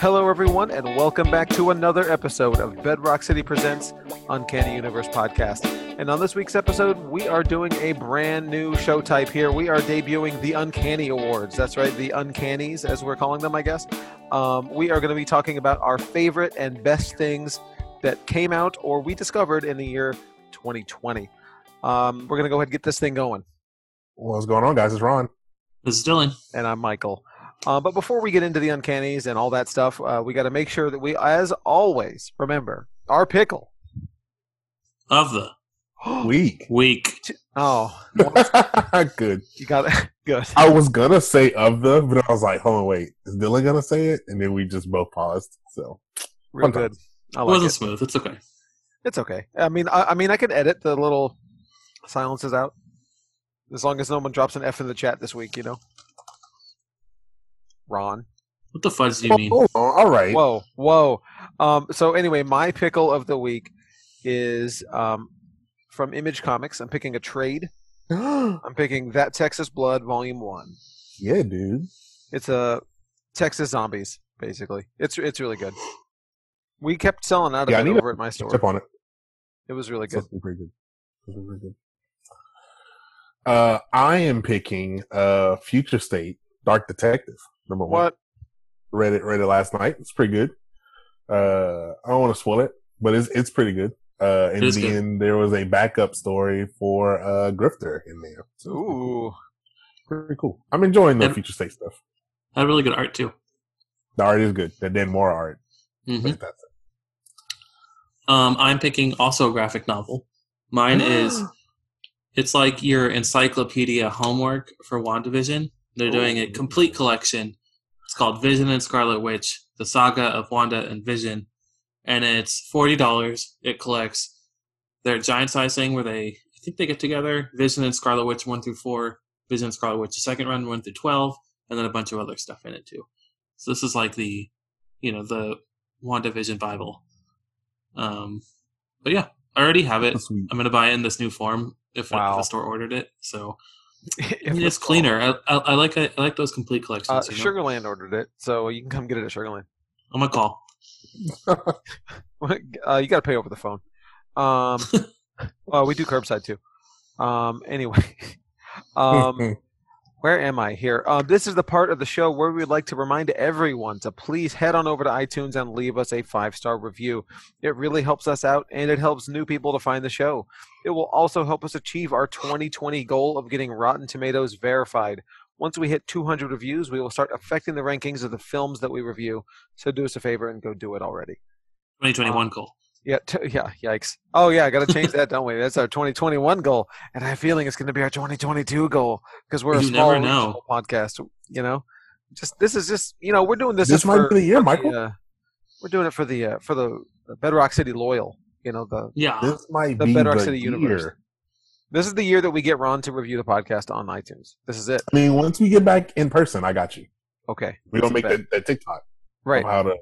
Hello, everyone, and welcome back to another episode of Bedrock City Presents Uncanny Universe Podcast. And on this week's episode, we are doing a brand new show type here. We are debuting the Uncanny Awards. That's right, the Uncannies, as we're calling them, I guess. Um, we are going to be talking about our favorite and best things that came out or we discovered in the year 2020. Um, we're going to go ahead and get this thing going. What's going on, guys? It's Ron. This is Dylan. and I'm Michael. Uh, but before we get into the uncannies and all that stuff, uh, we got to make sure that we, as always, remember our pickle. Of the Weak. week. oh, Good. you got it. Good. I was gonna say of the, but I was like, hold on, wait, is Dylan gonna say it? And then we just both paused. So Real Fun good. I like Wasn't it. smooth. It's okay. It's okay. I mean, I, I mean, I can edit the little silences out as long as no one drops an F in the chat this week. You know, Ron. What the fudge do you mean? hold on. All right. Whoa, whoa. Um, so anyway, my pickle of the week is um, from Image Comics. I'm picking a trade. I'm picking That Texas Blood Volume One. yeah, dude. It's a Texas Zombies, basically. It's it's really good. We kept selling out of Yeah, I it need over at my store. Tip on it. It was really It's good. supposed to be pretty good. It's supposed to be pretty good. Uh, I am picking uh Future State Dark Detective number one. What? read it read it last night. It's pretty good. Uh, I don't want to spoil it, but it's it's pretty good. Uh, and It is good. then there was a backup story for uh, Grifter in there. So it's Ooh. pretty cool. I'm enjoying the Ev- future state stuff. Had really good art too. The art is good. The Dan Mora art. hmm Mm-hmm. But that's Um, I'm picking also a graphic novel. Mine is it's like your encyclopedia homework for Wandavision. They're doing a Ooh. complete collection. It's called Vision and Scarlet Witch: The Saga of Wanda and Vision, and it's forty dollars. It collects their giant size thing where they I think they get together Vision and Scarlet Witch one through four, Vision and Scarlet Witch the second run one through twelve, and then a bunch of other stuff in it too. So this is like the you know the WandaVision Bible. Um, but yeah, I already have it. it. Sweet. I'm gonna buy it in this new form if, Wow. if the store ordered it. So I If mean, we- it's cleaner. I, I, I like I, like those complete collections. Uh, you know? Sugarland ordered it, so you can come get it at Sugarland. I'm gonna call. uh, you got to pay over the phone. Um, well, we do curbside too. Um, anyway, um, Where am I here? Um, this is the part of the show where we'd like to remind everyone to please head on over to iTunes and leave us a five star review. It really helps us out and it helps new people to find the show. It will also help us achieve our 2020 goal of getting Rotten Tomatoes verified. Once we hit 200 reviews, we will start affecting the rankings of the films that we review. So do us a favor and go do it already. 2021 call. Yeah, t- yeah, yikes. Oh, yeah, I got to change that, don't we? That's our 2021 goal. And I have a feeling it's going to be our 2022 goal because we're a You small never know. regional podcast, you know? Just This is just, you know, we're doing this, this is might for, be the year, Michael. uh, we're doing it for the, uh, for the, the Bedrock City Loyal, you know, the, Yeah, This might the be Bedrock the City year. universe. this is the year that we get Ron to review the podcast on iTunes. This is it. I mean, once we get back in person, I got you. Okay. We don't That's make a bet. that, that TikTok Right. of how to uh,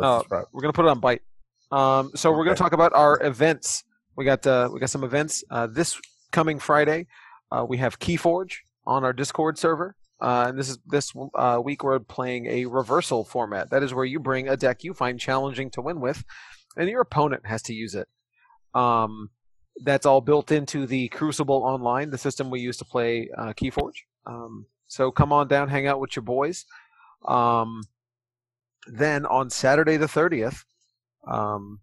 Oh. subscribe. We're gonna put it on bite. Um, so we're gonna Okay. talk about our events. We got uh, we got some events uh, this coming Friday. Uh, we have Keyforge on our Discord server, uh, and this is this uh, week we're playing a reversal format. That is where you bring a deck you find challenging to win with, and your opponent has to use it. Um, that's all built into the Crucible Online, the system we use to play uh, Keyforge. Um, so come on down, hang out with your boys. Um, then on Saturday the 30th, um,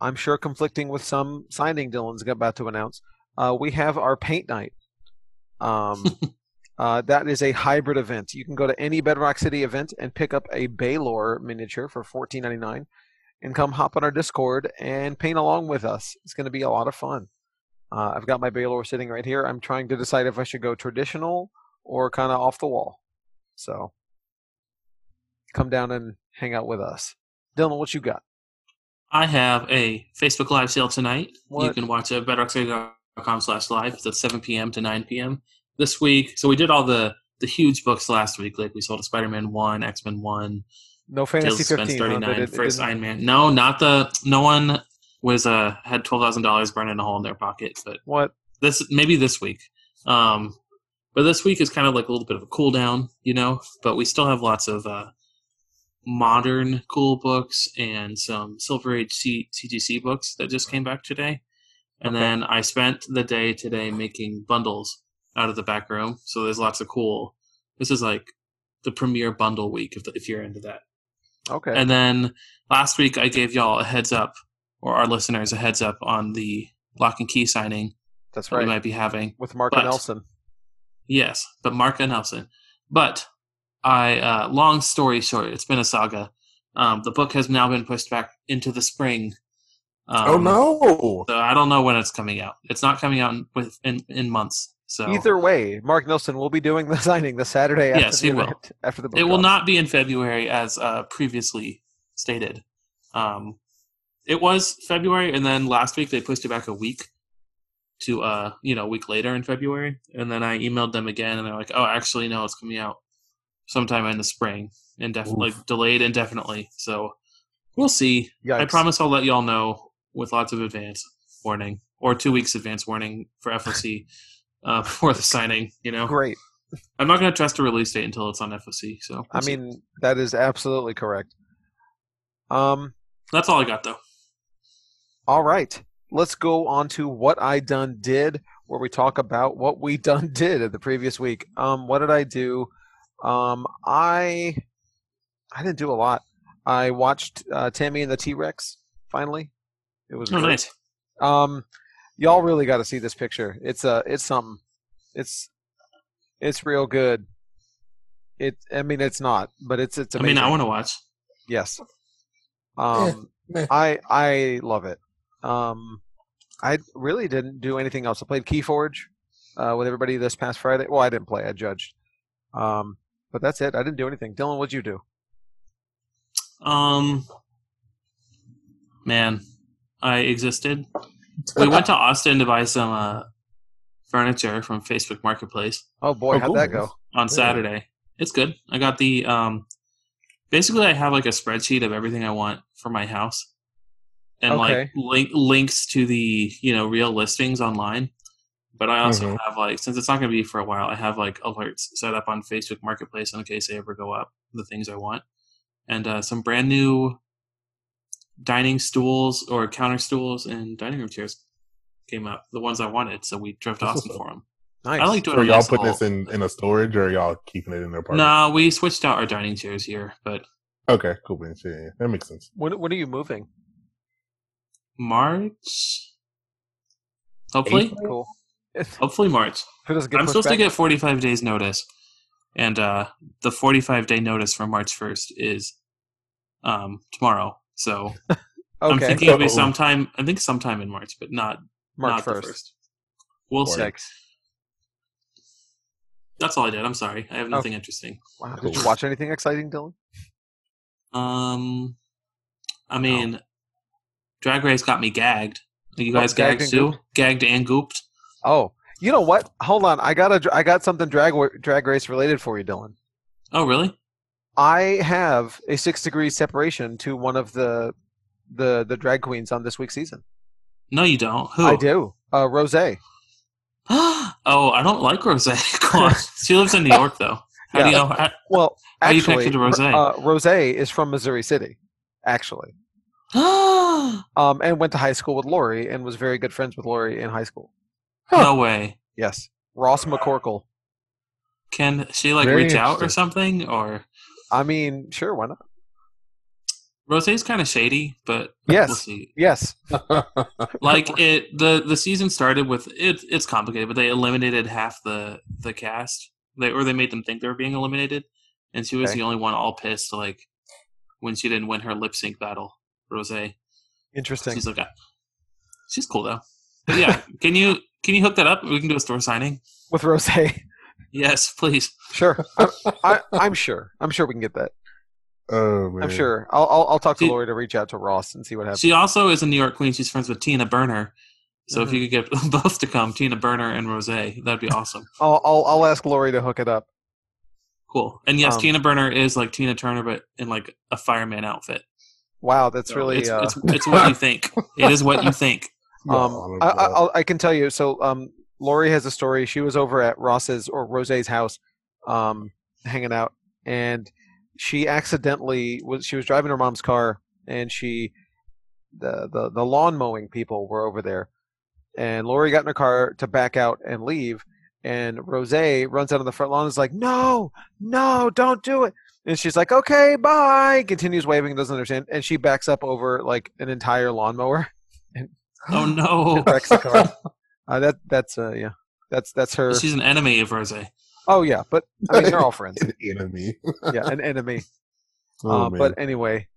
I'm sure conflicting with some signing Dylan's about to announce, uh, we have our paint night. Um, uh, that is a hybrid event. You can go to any Bedrock City event and pick up a Baylor miniature for $14.99 and come hop on our Discord and paint along with us. It's going to be a lot of fun. Uh, I've got my Baylor sitting right here. I'm trying to decide if I should go traditional or kind of off the wall. So come down and hang out with us. Dylan, what you got? I have a Facebook Live sale tonight. You What? can watch it at bedrockcity.com slash live. It's at 7 p.m. to 9 p.m. this week. So we did all the the huge books last week. Like we sold a Spider-Man one, X-Men one, No Tales fantasy of Suspense fifteen. huh? They 39, did- they first didn't- Iron Man. No, not the. No one was uh had twelve thousand dollars burning a hole in their pocket, but What? this maybe this week. Um, but this week is kind of like a little bit of a cool down, you know. But we still have lots of uh, modern cool books and some Silver Age C- CGC books that just came back today. And Okay. then I spent the day today making bundles out of the back room. So there's lots of cool. This is like the premiere bundle week if, if you're into that. Okay. And then last week I gave y'all a heads up, or our listeners a heads up on the lock and key signing That's that we right. might be having. With Mark but- Nelson. Yes, but Marka Nelson. But I, uh, long story short, it's been a saga. Um, the book has now been pushed back into the spring. Um, oh no! So I don't know when it's coming out. It's not coming out in, with in, in months. So Either way, Mark Nelson will be doing the signing the Saturday after Yes, the he will. event. After the book it will drop. not be in February as uh, previously stated. Um, it was February, and then last week they pushed it back a week to uh, you know a week later in February, and then I emailed them again, and they're like, "Oh, actually, no, it's coming out sometime in the spring, indefinitely Oof. delayed indefinitely." So we'll see. I Yikes. promise I'll let y'all know with lots of advance warning or two weeks advance warning for FOC uh, before the signing. You know, Great. I'm not going to trust a release date until it's on FOC. So I we'll see. mean, that is absolutely correct. Um, That's all I got though. all right. Let's go on to what I done did, where we talk about what we done did in the previous week. Um, what did I do? Um, I I didn't do a lot. I watched uh, Tammy and the T Rex. Finally, it was Oh, great. nice. Um, y'all really got to see this picture. It's uh it's something. It's it's real good. It. I mean, it's not, but it's it's. I Amazing. mean, I want to watch. Yes. Um, meh. I I love it. Um, I really didn't do anything else. I played Keyforge uh, with everybody this past Friday. Well, I didn't play. I judged. Um, but that's it. I didn't do anything. Dylan, what'd you do? Um, man, I existed. We went to Austin to buy some uh, furniture from Facebook Marketplace Oh boy, Oh, how'd that cool. go? on Saturday. It's good. I got the um, basically I have like a spreadsheet of everything I want for my house, and like Okay. link links to the you know real listings online. But I also Mhm. have like since it's not going to be for a while, I have like alerts set up on Facebook Marketplace in case they ever go up the things I want, and uh, some brand new dining stools or counter stools and dining room chairs came up. The ones I wanted, so we drove to That's Austin awesome. for them. Nice. I like So doing. are a y'all nice putting little- this in in a storage, or are y'all keeping it in their apartment? no, we switched out our dining chairs here, but Okay, cool beans. Yeah, yeah, that makes sense. When when are you moving? March. Hopefully, April? Cool. If hopefully March. it doesn't get I'm pushed supposed to back- get 45 days notice, and uh, the 45 day notice for March 1st is um, tomorrow. So I'm okay. thinking it'll be Uh-oh. sometime. I think sometime in March, but not March not the first. first. We'll see. Yikes. That's all I did. I'm sorry. Oh. I have nothing interesting. Wow. Did Cool. you watch anything exciting, Dylan? Um, I mean, Drag Race got me gagged. You Oh, guys gagged gagged, and too? Gagged and gooped. Oh, you know what? Hold on. I got a I got something drag drag race related for you, Dylan. Oh, really? I have a six degree separation to one of the the the drag queens on this week's season. No, you don't. Who? I do. Uh, Rose. oh, I don't like Rose. Come on. she lives in New York, though. How do you Yeah. know? How, Well, How are you actually, connected to Rose? Uh, Rose is from Missouri City, actually, um, and went to high school with Lori and was very good friends with Lori in high school. No way. Yes, Ross McCorkle. Can she like Very reach out or interesting. something? Or I mean, sure, why not? Rose's kind of shady, but Yes. we'll see. Yes, Like it, the the season started with it. It's complicated, but they eliminated half the the cast. They or they made them think they were being eliminated, and she was Okay. the only one all pissed. Like when she didn't win her lip sync battle, Rose. interesting. She's like, "Ah." she's cool though. But yeah, can you can you hook that up? We can do a store signing. With Rose, Yes, please. sure. I'm, I, I'm sure. I'm sure we can get that. oh man, I'm sure. I'll, I'll I'll talk to See- Lori to reach out to Ross and see what happens. She also is a New York queen. She's friends with Tina Burner. So if Mhm. you could get them both to come, Tina Burner and Rose, that'd be awesome. I'll I'll, I'll ask Lori to hook it up. Cool. And yes, Um, Tina Burner is like Tina Turner, but in like a fireman outfit. Wow, that's So really it's, uh, it's it's what you think. It is what you think. Um, Well, I, I don't I, know. I'll- I can tell you. So, um, Lori has a story. She was over at Ross's or Rose's house, um, hanging out, and she accidentally was she was driving her mom's car and she the the, the lawn mowing people were over there and Lori got in her car to back out and leave and Rose runs out on the front lawn and is like, No, no, don't do it. And she's like, Okay, bye continues waving, doesn't understand, and she backs up over like an entire lawnmower and Oh no, wrecks the car. Uh, that that's uh yeah. That's that's her she's an enemy of Rose. Oh yeah, but I mean they're all friends. An enemy. Yeah, an enemy. Oh, uh, man. but anyway,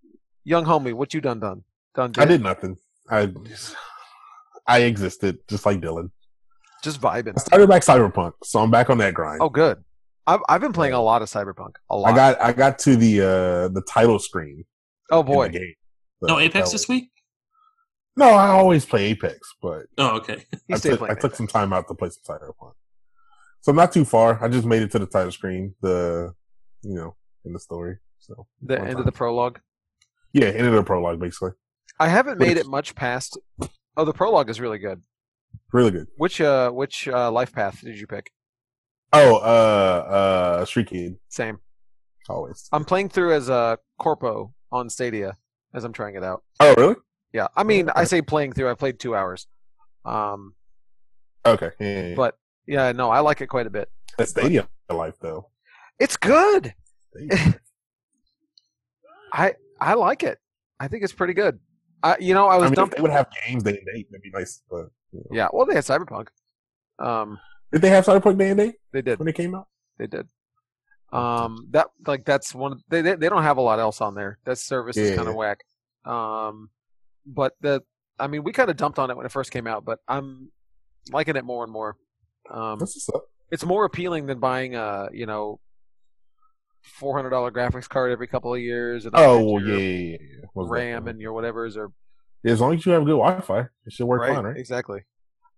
young homie, what you done done? Done I did. did nothing. I I existed just like Dylan. Just vibing. I started back Cyberpunk, so I'm back on that grind. Oh, good. I've, I've been playing a lot of Cyberpunk. A lot. I got I got to the uh the title screen. oh in boy. the game. So No that Apex was- this week. No, I always play Apex, but Oh okay. He I stayed took, playing. I took some time out to play some Cyberpunk. So I'm not too far. I just made it to the title screen, the you know, in the story. So the one end time. of the prologue. yeah, end of the prologue basically. I haven't What made if- it much past. Oh, the prologue is really good. Really good. Which uh, which uh, life path did you pick? Oh, uh uh Street Kid. Same. Always. I'm playing through as a corpo on Stadia as I'm trying it out. Oh really? Yeah. I mean, I say playing through. I played two hours. Um. Okay. Yeah, yeah, yeah. But- Yeah. No, I like it quite a bit. That Stadia life though. It's good. Stadia. I I like it. I think it's pretty good. I you know I was I mean, if dumped. they would have games day and date. That'd be nice. But you know. Yeah. Well, they had Cyberpunk. Um. did they have Cyberpunk day and date They did. when it came out? They did. Um, that like that's one. They they, they don't have a lot else on there. That service is Yeah. kind of whack. Um, but the I mean, we kind of dumped on it when it first came out, but I'm liking it more and more. Um, That's what's up. it's more appealing than buying a you know four hundred dollar graphics card every couple of years and Oh upgrade well, yeah, your yeah, yeah, yeah. What's that? RAM and your whatever's or as long as you have good Wi-Fi, it should work fine, right? exactly.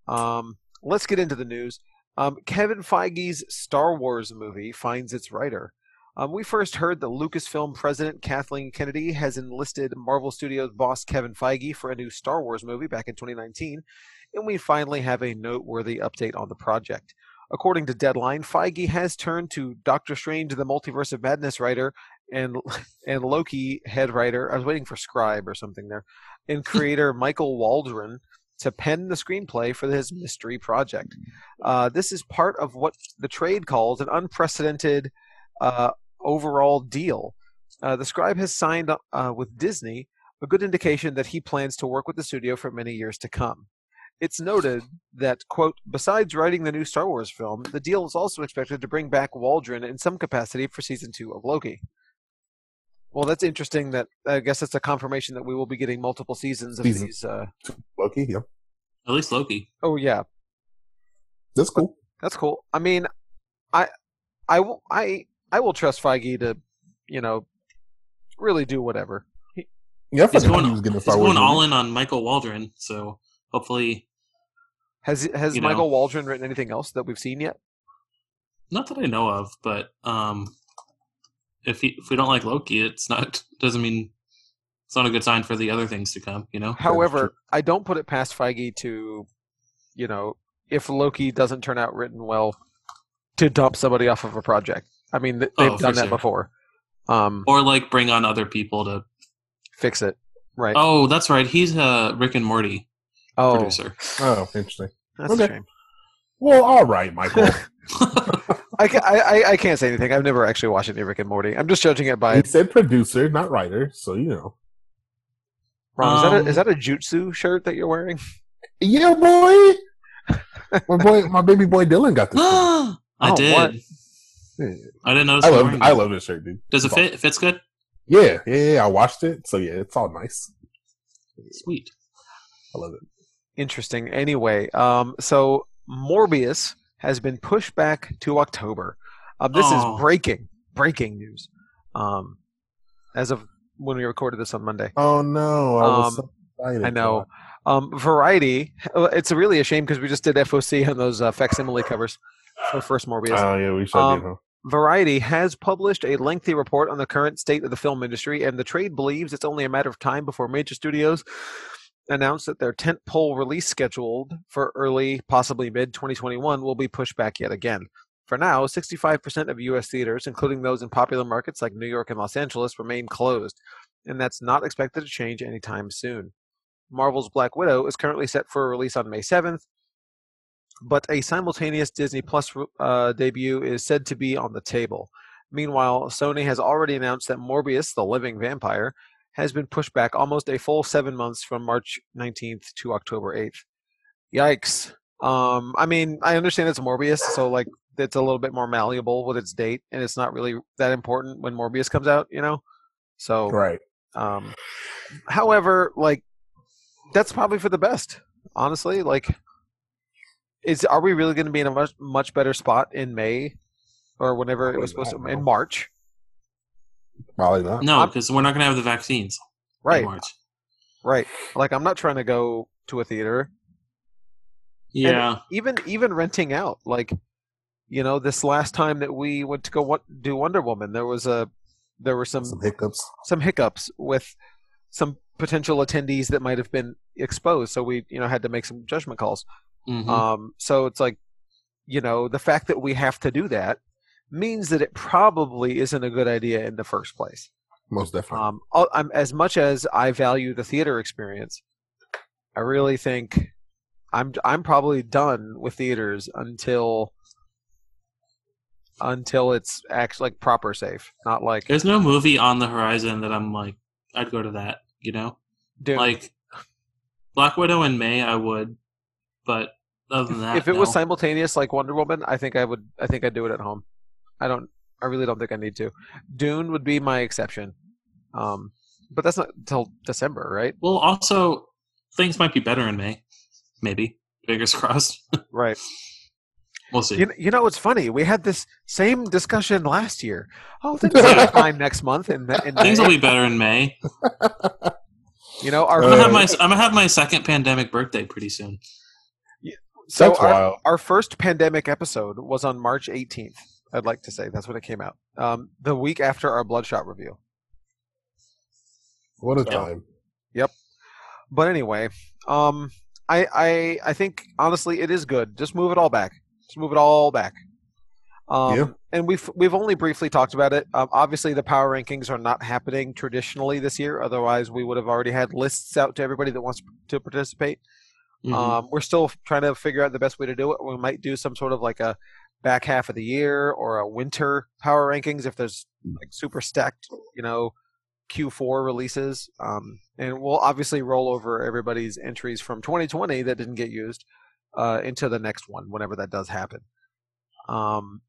Um, let's get into the news. Um, Kevin Feige's Star Wars movie finds its writer. Um, we first heard that Lucasfilm president Kathleen Kennedy has enlisted Marvel Studios boss Kevin Feige for a new Star Wars movie back in 2019, and we finally have a noteworthy update on the project. According to Deadline, Feige has turned to Doctor Strange: The Multiverse of Madness writer and and Loki head writer. I was waiting for scribe or something there, and creator Michael Waldron to pen the screenplay for his mystery project. Uh, this is part of what the trade calls an unprecedented uh, overall deal. Uh, the scribe has signed uh, with Disney, a good indication that he plans to work with the studio for many years to come. It's noted that, quote, besides writing the new Star Wars film, the deal is also expected to bring back Waldron in some capacity for season two of Loki. Well, that's interesting. That I guess that's a confirmation that we will be getting multiple seasons of Season. these uh, Loki, yeah, At least Loki. Oh yeah, that's cool. that's cool. I mean, I, I, will- I, I will trust Feige to, you know, really do whatever. Yeah, I He's forgot going, he was getting a he's Star Wars. going all movie. in on Michael Waldron, so hopefully Has has You know. Michael Waldron written anything else that we've seen yet? not that I know of, but um, if he, if we don't like Loki, it's not doesn't mean it's not a good sign for the other things to come. You know, However, I don't put it past Feige to, you know, if Loki doesn't turn out written well, to dump somebody off of a project. I mean, th- they've Oh, for done that sure. before. Um, or like bring on other people to. fix it, right? Oh, that's right. He's uh, Rick and Morty Oh, producer. Oh, interesting. that's a Okay. shame. Well, all right, Michael. I, ca- I, I, I can't say anything. I've never actually watched any Rick and Morty. I'm just judging it by he said producer, not writer, so you know. Ron, is that a, is Um, that a jutsu shirt that you're wearing? Yeah, boy. my boy, my baby boy Dylan got this. shirt. I Oh, did. what? I didn't notice. I you were love, wearing I it. love this shirt, dude. Does it It's fit? It fits good. awesome. Yeah, yeah, yeah. I watched it, so yeah, it's all nice. Sweet. I love it. Interesting. Anyway, um, so Morbius has been pushed back to October. Uh, this Oh. is breaking, breaking news. Um, as of when we recorded this on Monday. Oh no, I was Um, so excited. I know. Um, Variety, uh, it's really a shame because we just did FOC on those uh, facsimile covers for first Morbius. Oh yeah, we should Um, do. Huh? Variety has published a lengthy report on the current state of the film industry, and the trade believes it's only a matter of time before major studios announce that their tentpole release scheduled for early, possibly mid 2021, will be pushed back yet again. For now, 65% of U.S. theaters, including those in popular markets like New York and Los Angeles, remain closed, and that's not expected to change anytime soon. Marvel's Black Widow is currently set for a release on May 7th, but a simultaneous Disney Plus uh, debut is said to be on the table. Meanwhile, Sony has already announced that Morbius, the living vampire, has been pushed back almost a full seven months from March 19th to October 8th. Yikes. Um, I mean, I understand it's Morbius, so like it's a little bit more malleable with its date, and it's not really that important when Morbius comes out, you know? So, Right. um, however, like that's probably for the best, honestly. Like, is are we really going to be in a much much better spot in May or whenever it was supposed to in March? Probably not. No, I'm- because we're not going to have the vaccines. in Right, March. right. Like, I'm not trying to go to a theater. Yeah. even even renting out like you know this last time that we went to go wa- do wonder woman there was a there were some Some hiccups. some hiccups with some potential attendees that might have been exposed so we you know had to make some judgment calls Mhm. um so it's like you know the fact that we have to do that means that it probably isn't a good idea in the first place Most definitely. um, I'll- I'm, as much as I value the theater experience, I really think I'm I'm probably done with theaters until until it's actually like proper safe, not like There's no movie on the horizon that I'm like, I'd go to that, you know? dude. Like, Black Widow in May, I would. But other than that, if it was no. simultaneous like Wonder Woman, I think I would I think I'd do it at home. I don't I really don't think I need to. Dune would be my exception. Um, but that's not till December, right? Well, also, things might be better in May. Maybe. Fingers crossed. Right. we'll see. You, kn- you know, it's funny. We had this same discussion last year. Oh, things will be fine next month, and, th- and things will be better in May. you know our Uh, I'm gonna have my Alright. I'm gonna have my second pandemic birthday pretty soon. so That's our, wild. our first pandemic episode was on March 18th. I'd like to say that's when it came out. Um, the week after our Bloodshot review. What a so- time. But anyway, um, I I I think honestly it is good. Just move it all back. Just move it all back. Um, Yeah. And we've we've only briefly talked about it. Um, obviously, the power rankings are not happening traditionally this year. Otherwise, we would have already had lists out to everybody that wants to participate. Mhm. Um, we're still trying to figure out the best way to do it. We might do some sort of like a back half of the year or a winter power rankings if there's like super stacked, you know, Q4 releases. Um, and we'll obviously roll over everybody's entries from 2020 that didn't get used uh, into the next one whenever that does happen. Um,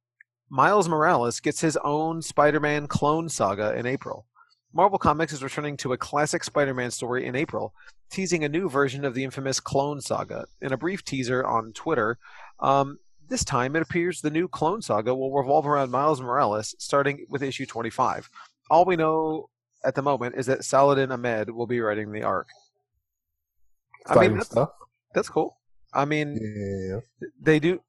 Miles Morales gets his own Spider-Man clone saga in April. Marvel Comics is returning to a classic Spider-Man story in April teasing a new version of the infamous Clone Saga. In a brief teaser on Twitter, um, this time it appears the new Clone Saga will revolve around Miles Morales, starting with issue 25. All we know at the moment is that Saladin Ahmed will be writing the arc. I Exciting mean, that's, stuff. that's cool. I mean, Yeah. they do.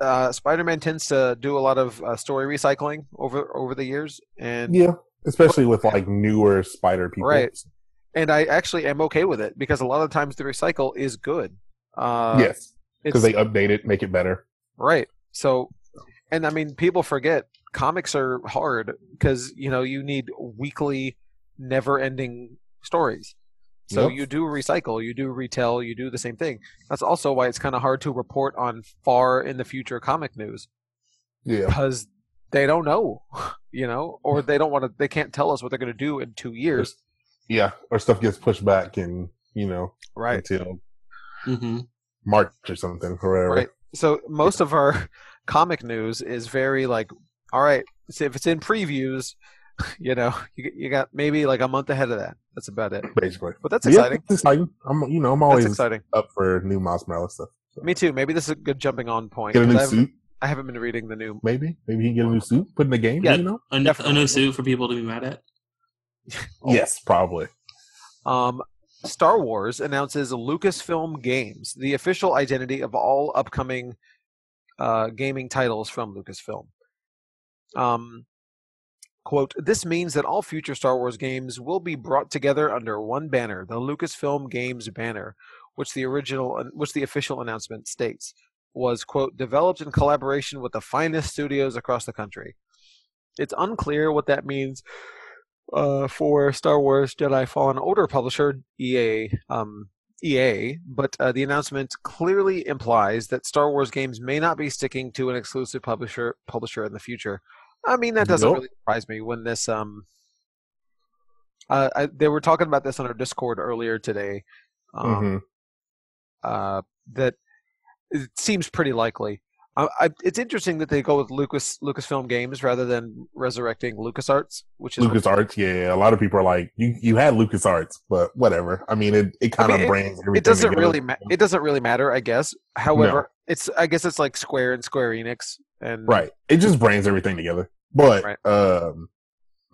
Uh, Spider-Man tends to do a lot of uh, story recycling over over the years, and Yeah. Especially with like newer spider people. Right. and I actually am okay with it because a lot of times the recycle is good. Uh, yes. it's- Because they update it, make it better. Right. So, and I mean, people forget comics are hard because you know you need weekly, never-ending stories. So Yep. you do recycle, you do retell, you do the same thing. That's also why it's kind of hard to report on far in the future comic news Yeah. because they don't know, you know, or they don't want to. They can't tell us what they're going to do in two years. Yeah. Or stuff gets pushed back and, you know, Right. until Mhm. March or something or whatever. Right. so most of our comic news is very like all right so if it's in previews you know you, you got maybe like a month ahead of that that's about it Basically. but that's Yeah, exciting It's exciting. I'm, you know, I'm that's always exciting up for new Miles Morales stuff. me too maybe this is a good jumping on point Get a 'cause new I, haven't, suit, I haven't been reading the new maybe. Maybe he can get a new suit, put in the game. Yeah. You know. A, n- a Definitely. new suit for people to be mad at. Oh. Yes, probably. um star wars announces lucasfilm games the official identity of all upcoming uh, gaming titles from lucasfilm um, quote this means that all future star wars games will be brought together under one banner uh, the lucasfilm games banner which the original which the official announcement states was quote developed in collaboration with the finest studios across the country. It's unclear what that means uh, for Star Wars Jedi Fallen Order publisher EA. Um, EA, but uh, the announcement clearly implies that Star Wars games may not be sticking to an exclusive publisher publisher in the future. I mean, that doesn't Nope. really surprise me when this um, uh, I, they were talking about this on our Discord earlier today. Um, Mhm. uh, that it seems pretty likely. I, I, it's interesting that they go with Lucas Lucasfilm Games rather than resurrecting LucasArts, which is Lucas Arts, yeah. A lot of people are like, you you had Lucas Arts, but whatever. I mean, it, it kind mean, it- of brings everything. it doesn't together. really ma- it doesn't really matter, I guess. However, it's I guess it's like Square and Square Enix, and right. It just brings everything together. But Right. um,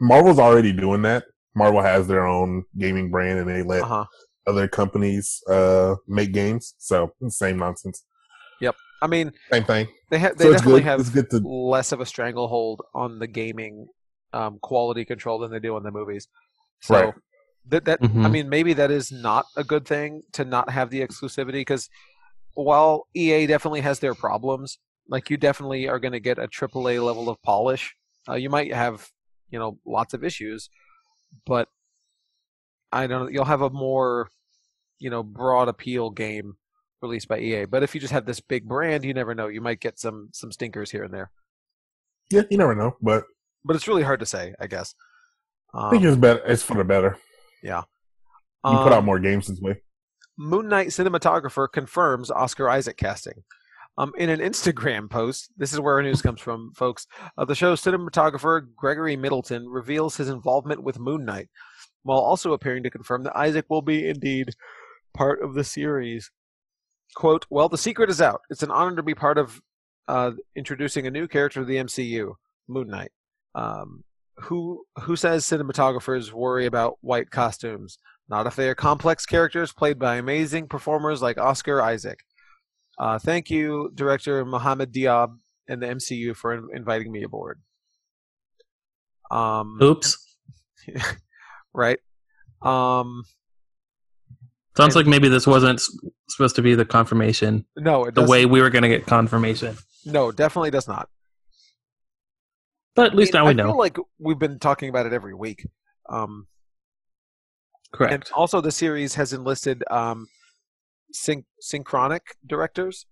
Marvel's already doing that. Marvel has their own gaming brand, and they let Uh huh. other companies uh make games. So same nonsense, I mean, same thing. they ha- they so it's definitely good. it's have good to less of a stranglehold on the gaming um, quality control than they do on the movies. So Right. that that I Mhm. mean, maybe that is not a good thing to not have the exclusivity because while EA definitely has their problems, like you definitely are going to get a AAA level of polish. Uh, you might have, you know, lots of issues, but I don't. You'll have a more, you know, broad appeal game released by EA. But if you just have this big brand, you never know. You might get some some stinkers here and there. yeah. You never know, but But it's really hard to say, I guess. Um, I think it's better. It's for the better. You put out um, more games this way. Moon Knight cinematographer confirms Oscar Isaac casting. Um, in an Instagram post, this is where our news comes from, folks. Uh, the show's cinematographer Gregory Middleton reveals his involvement with Moon Knight, while also appearing to confirm that Isaac will be indeed part of the series. Quote, Well, the secret is out. It's an honor to be part of uh, introducing a new character to the MCU, Moon Knight. Um, who who says cinematographers worry about white costumes? Not if they are complex characters played by amazing performers like Oscar Isaac. Uh, thank you, director Mohamed Diab and the MCU for in- inviting me aboard. Um, Oops. right. Um, Sounds like maybe this wasn't s- supposed to be the confirmation, no, it the does, way we were going to get confirmation. no, definitely does not. But at least I now we mean, I know. feel like we've been talking about it every week. Um, and Correct. also, the series has enlisted um, syn- synchronic directors.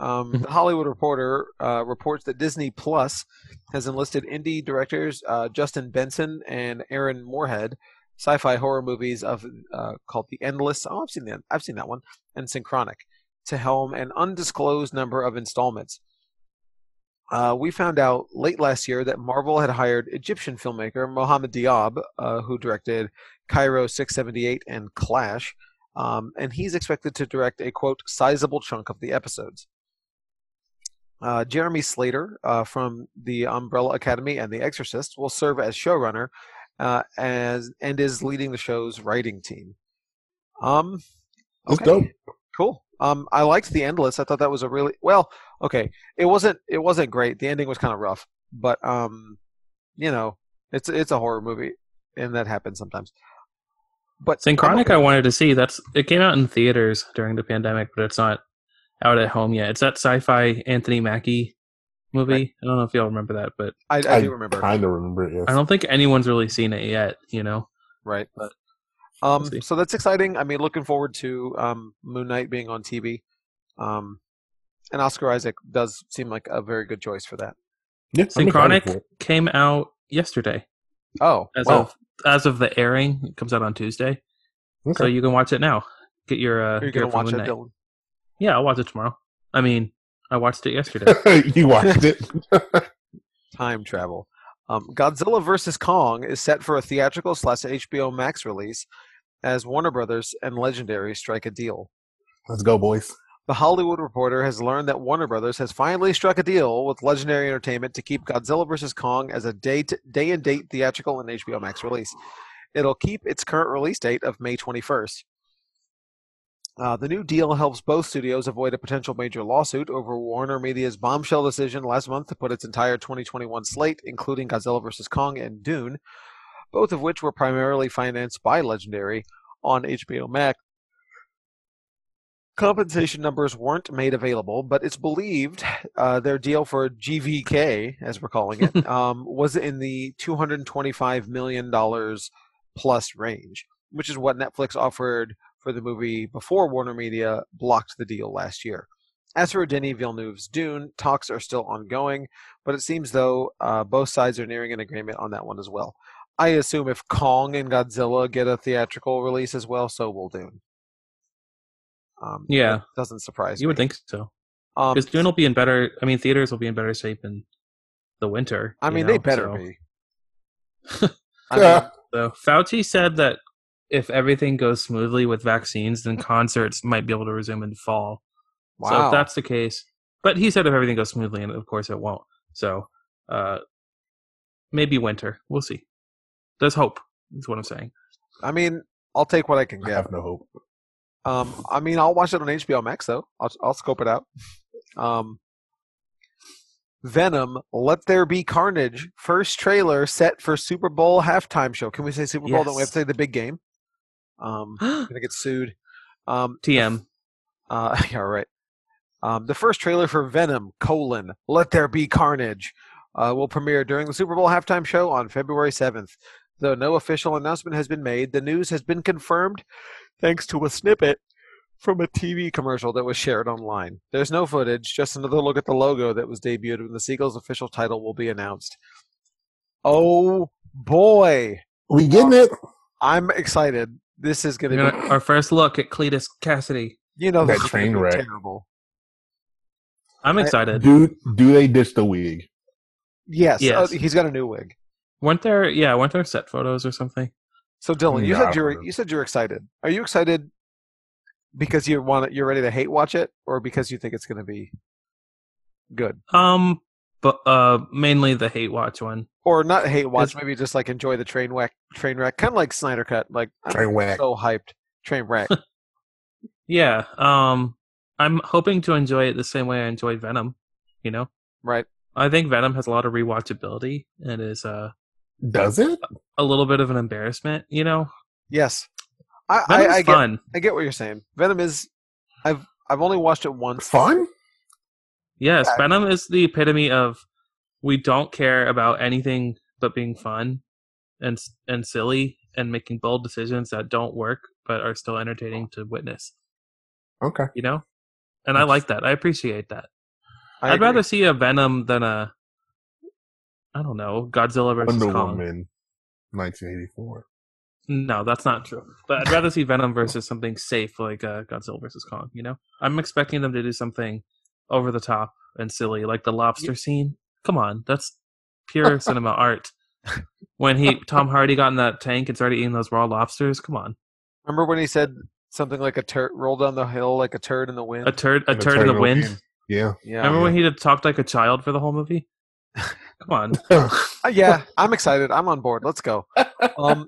Um, Mhm. The Hollywood Reporter uh, reports that Disney Plus has enlisted indie directors uh, Justin Benson and Aaron Moorhead, sci-fi horror movies of uh, called The Endless. Oh, I've seen that. I've seen that one. And Synchronic to helm an undisclosed number of installments. Uh, we found out late last year that Marvel had hired Egyptian filmmaker Mohamed Diab, uh, who directed Cairo 678 and Clash, um, and he's expected to direct a quote sizable chunk of the episodes. Uh, Jeremy Slater uh, from the Umbrella Academy and The Exorcist will serve as showrunner, uh, as and is leading the show's writing team. Um, It's okay, dope. cool. Um, I liked the Endless. I thought that was a really well. Okay, it wasn't. It wasn't great. The ending was kind of rough, but um, you know, it's it's a horror movie, and that happens sometimes. But Synchronic, I wanted to see. That's it came out in theaters during the pandemic, but it's not out at home yet. It's that sci-fi Anthony Mackie movie. Right. I don't know if y'all remember that, but I, I do remember. Kind of remember it. Yes. I don't think anyone's really seen it yet. You know, Right. But um, see. so that's exciting. I mean, looking forward to um, Moon Knight being on TV. Um, and Oscar Isaac does seem like a very good choice for that. yeah, I'm excited for Synchronic it. came out yesterday Oh, as wow. of uh, as of the airing. It comes out on Tuesday, so Okay. you can watch it now. Get your uh, Are you gear going to for watch it, Moon Knight. Dylan? Yeah, I'll watch it tomorrow. I mean, I watched it yesterday. you watched it. Time travel. Um, Godzilla vs. Kong is set for a theatrical slash HBO Max release as Warner Brothers and Legendary strike a deal. Let's go, boys. The Hollywood Reporter has learned that Warner Brothers has finally struck a deal with Legendary Entertainment to keep Godzilla vs. Kong as a day, to, day and date theatrical and HBO Max release. It'll keep its current release date of May 21st. Uh, the new deal helps both studios avoid a potential major lawsuit over Warner Media's bombshell decision last month to put its entire 2021 slate, including Godzilla vs. Kong and Dune, both of which were primarily financed by Legendary, on HBO Max Compensation numbers weren't made available, but it's believed uh, their deal for GVK, as we're calling it, um, was in the $225 million plus range, which is what Netflix offered for the movie before Warner Media blocked the deal last year. As for Denis Villeneuve's Dune, talks are still ongoing, but it seems though uh, both sides are nearing an agreement on that one as well. I assume if Kong and Godzilla get a theatrical release as well, so will Dune. Um, Yeah. that doesn't surprise You me. would think so. Um, Because Dune will be in better. I mean, theaters will be in better shape in the winter. I you mean, know, they better so- be. I mean, Yeah. So Fauci said that if everything goes smoothly with vaccines, then concerts might be able to resume in fall. wow. So if that's the case, but he said if everything goes smoothly, and of course it won't. So uh, maybe winter. We'll see. There's hope. Is what I'm saying. I mean, I'll take what I can I get. have no hope. Um, I mean, I'll watch it on HBO Max though. I'll I'll scope it out. Um, Venom, Let There Be Carnage, first trailer set for Super Bowl halftime show. Can we say Super Bowl? Don't we have Yes. to say the big game? Um, I'm gonna get sued. Um, TM. Uh, yeah, right. Um, the first trailer for Venom: colon, Let There Be Carnage uh, will premiere during the Super Bowl halftime show on February 7th. Though no official announcement has been made, the news has been confirmed thanks to a snippet from a TV commercial that was shared online. There's no footage, just another look at the logo that was debuted when the Seagulls' official title will be announced. Oh boy, We getting it? I'm excited. This is going We're to be, gonna- Our first look at Cletus Cassidy. you know, That this is gonna train be wreck. terrible. I'm I- excited. Do do they ditch the wig? Yes, Yes. uh, he's got a new wig. weren't there? Yeah, weren't there set photos or something? So Dylan, you No, I said don't you're remember. you said you're excited. Are you excited because you want you're ready to hate watch it, or because you think it's going to be good, Um, but uh, mainly the hate watch one. or not hate watch? It's- Maybe just like enjoy the train wreck, train wreck, kind of like Snyder cut. Like I'm Train whack. so hyped, train wreck. Yeah. Um, I'm hoping to enjoy it the same way I enjoyed Venom. You know, right? I think Venom has a lot of rewatchability and is uh, Does it? a little bit of an embarrassment. You know, Yes, I I, Venom's I get fun. I get what you're saying. Venom is I've I've only watched it once. Fun? Yes, Yeah. Venom is the epitome of we don't care about anything but being fun and s- and silly and making bold decisions that don't work but are still entertaining to witness. Okay. You know, and I like that. I appreciate that. I I'd agree. rather see a Venom than a I don't know Godzilla versus Wonder Kong. Woman, 1984. No, that's not true. But I'd rather see Venom versus something safe like uh, Godzilla versus Kong. You know, I'm expecting them to do something over the top and silly, like the lobster scene. Come on, that's pure cinema art. When he Tom Hardy got in that tank and started eating those raw lobsters. Come on, Remember when he said something like a turd rolled down the hill like a turd in the wind? a turd, a And turd in the wind. Yeah. yeah, Remember when he talked like a child for the whole movie? Come on. Uh, yeah, I'm excited. I'm on board. Let's go. Um,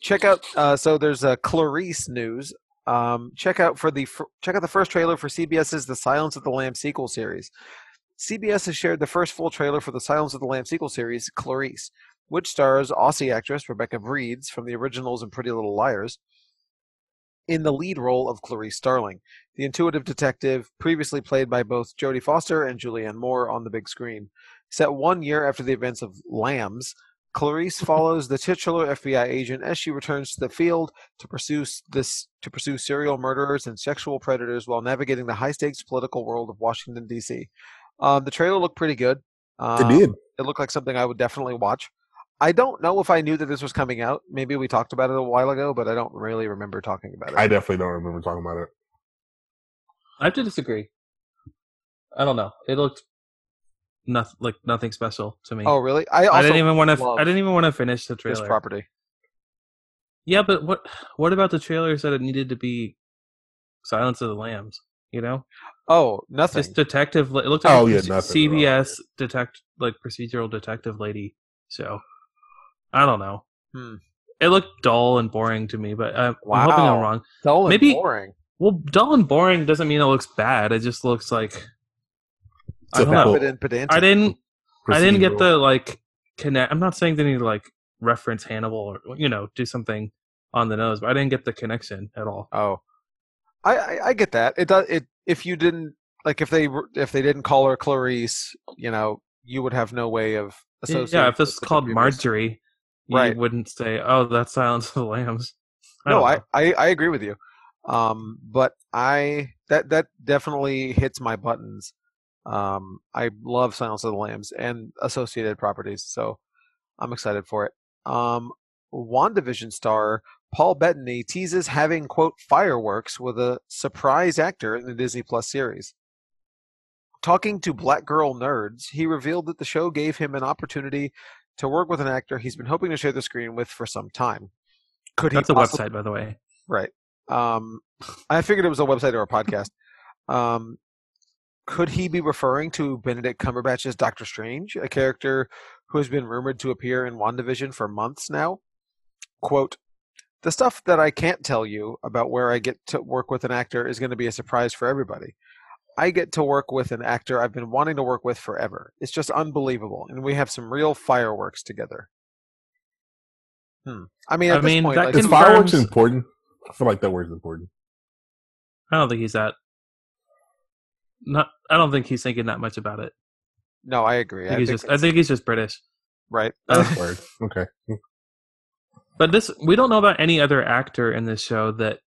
check out. Uh, so there's uh, Clarice news. Um, check out for the fir- check out the first trailer for CBS's The Silence of the Lamb sequel series. CBS has shared the first full trailer for The Silence of the Lamb sequel series, Clarice, which stars Aussie actress Rebecca Breeds from the originals and Pretty Little Liars in the lead role of Clarice Starling, the intuitive detective previously played by both Jodie Foster and Julianne Moore on the big screen. Set one year after the events of Lambs, Clarice follows the titular FBI agent as she returns to the field to pursue s- this to pursue serial murderers and sexual predators while navigating the high-stakes political world of Washington D.C. Um, the trailer looked pretty good. Um, It did. Uh, it looked like something I would definitely watch. I don't know if I knew that this was coming out. Maybe we talked about it a while ago, but I don't really remember talking about it. I definitely don't remember talking about it. I have to disagree. I don't know. It looked nothing like nothing special to me. oh, really? I also I didn't even want to. love I didn't even want to finish the this trailer. property. Yeah, but what? What about the trailers that it needed to be Silence of the Lambs? You know, Oh, nothing. this detective. It looked like Oh, a yeah, proce- nothing at all. CBS detect like procedural detective lady. So I don't know. Hmm. It looked dull and boring to me, but uh, I'm, I'm hoping Wow. I'm wrong. Dull and maybe- boring. Well, dull and boring doesn't mean it looks bad. It just looks like I don't know. Typical Stupid and pedantic. I didn't I didn't get procedural. the like connect. I'm not saying they need to like reference Hannibal or you know do something on the nose, but I didn't get the connection at all. Oh, I, I, I get that. It does. It if you didn't like if they were- if they didn't call her Clarice, you know, you would have no way of associating. yeah, if this it's called Marjorie, Right. you wouldn't say, "Oh, that's Silence of the Lambs." no, don't I, know. I I agree with you. Um, but I that that definitely hits my buttons. Um, I love Silence of the Lambs and associated properties, so I'm excited for it. Um, WandaVision star Paul Bettany teases having quote fireworks with a surprise actor in the Disney Plus series. Talking to Black Girl Nerds, he revealed that the show gave him an opportunity to work with an actor he's been hoping to share the screen with for some time. Could that's a he possibly- website, by the way. Right. Um, I figured it was a website or a podcast. Um, could he be referring to Benedict Cumberbatch's Doctor Strange, a character who has been rumored to appear in WandaVision for months now? Quote, the stuff that I can't tell you about where I get to work with an actor is going to be a surprise for everybody. I get to work with an actor I've been wanting to work with forever. It's just unbelievable, and we have some real fireworks together. Hmm. I mean, I at this mean, point, that like, Is Confirms- fireworks important? I feel like that word's important. I don't think he's that. Not, I don't think he's thinking that much about it. no, I agree. I think he's just. I think he's just British. Right. Uh, Word. Okay. But this, we don't know about any other actor in this show that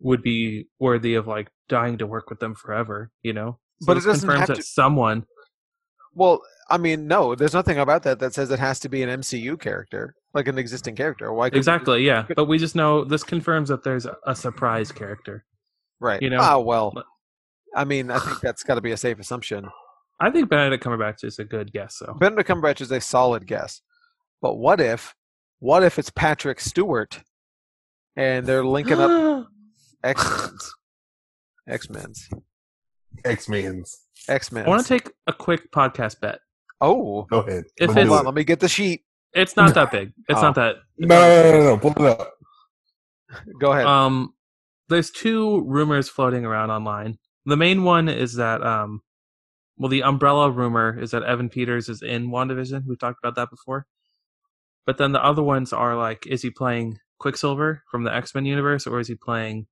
would be worthy of like dying to work with them forever. You know, But it this doesn't confirms have that to- someone. Well, I mean, no, there's nothing about that that says it has to be an MCU character, like an existing character. Why? couldn't- Exactly, yeah. But we just know this confirms that there's a- a surprise character. Right. you know, Ah, well. but- I mean, I think that's got to be a safe assumption. I think Benedict Cumberbatch is a good guess, though. Benedict Cumberbatch is a solid guess, but what if, what if it's Patrick Stewart, and they're linking up X Men's, X Men's, X Men's. X I want to Men's. take a quick podcast bet. Oh, Go ahead. If Let's hold do on. it. Let me get the sheet. It's not that big. It's Oh. not that. No, no, no, no, no. Pull it up. Go ahead. Um, there's two rumors floating around online. The main one is that, um, well, the umbrella rumor is that Evan Peters is in WandaVision. We've talked about that before. But then the other ones are like, is he playing Quicksilver from the X Men universe, or is he playing?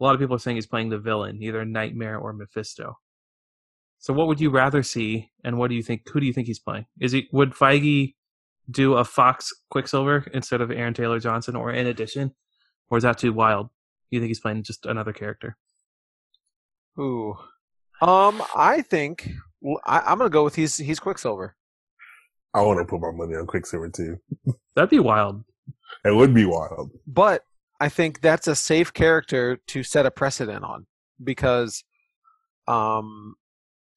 A lot of people are saying he's playing the villain, either Nightmare or Mephisto. So, what would you rather see, and what do you think? Who do you think he's playing? Is he would Feige do a Fox Quicksilver instead of Aaron Taylor Johnson, or in addition? or is that too wild? You think he's playing just another character? Ooh. Um, I think well, I, I'm gonna go with he's he's Quicksilver. I want to put my money on Quicksilver too. That'd be wild. It would be wild. but I think that's a safe character to set a precedent on because um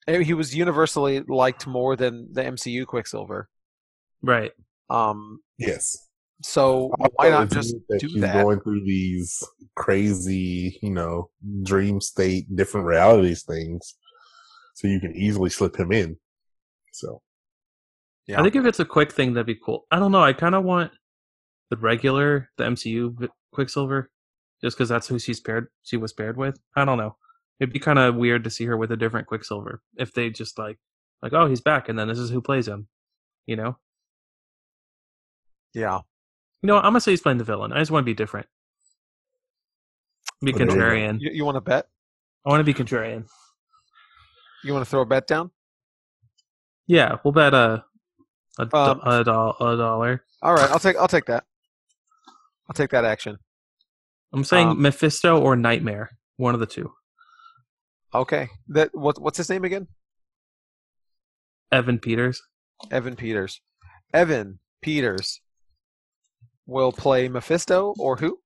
eh, he was universally liked more than the MCU Quicksilver. Right. Um Yes. so why Also, not if you just think that do she's that? going through these crazy, you know, dream state, different realities things, so you can easily slip him in. So Yeah. I think if it's a quick thing, that'd be cool. I don't know. I kind of want the regular, the MCU v- Quicksilver, just because that's who she's paired. She was paired with. I don't know. It'd be kind of weird to see her with a different Quicksilver if they just like, like, oh, he's back, and then this is who plays him. You know. Yeah. You know. what? I'm gonna say he's playing the villain. I just want to be different. Be Well, there you go. contrarian. You, you want to bet? I want to be contrarian. You want to throw a bet down? Yeah, we'll bet a a, do- Um, a, doll, a dollar. All right, I'll take I'll take that. I'll take that action. I'm saying Um, Mephisto or Nightmare, one of the two. Okay. That what what's his name again? Evan Peters. Evan Peters. Evan Peters will play Mephisto or who?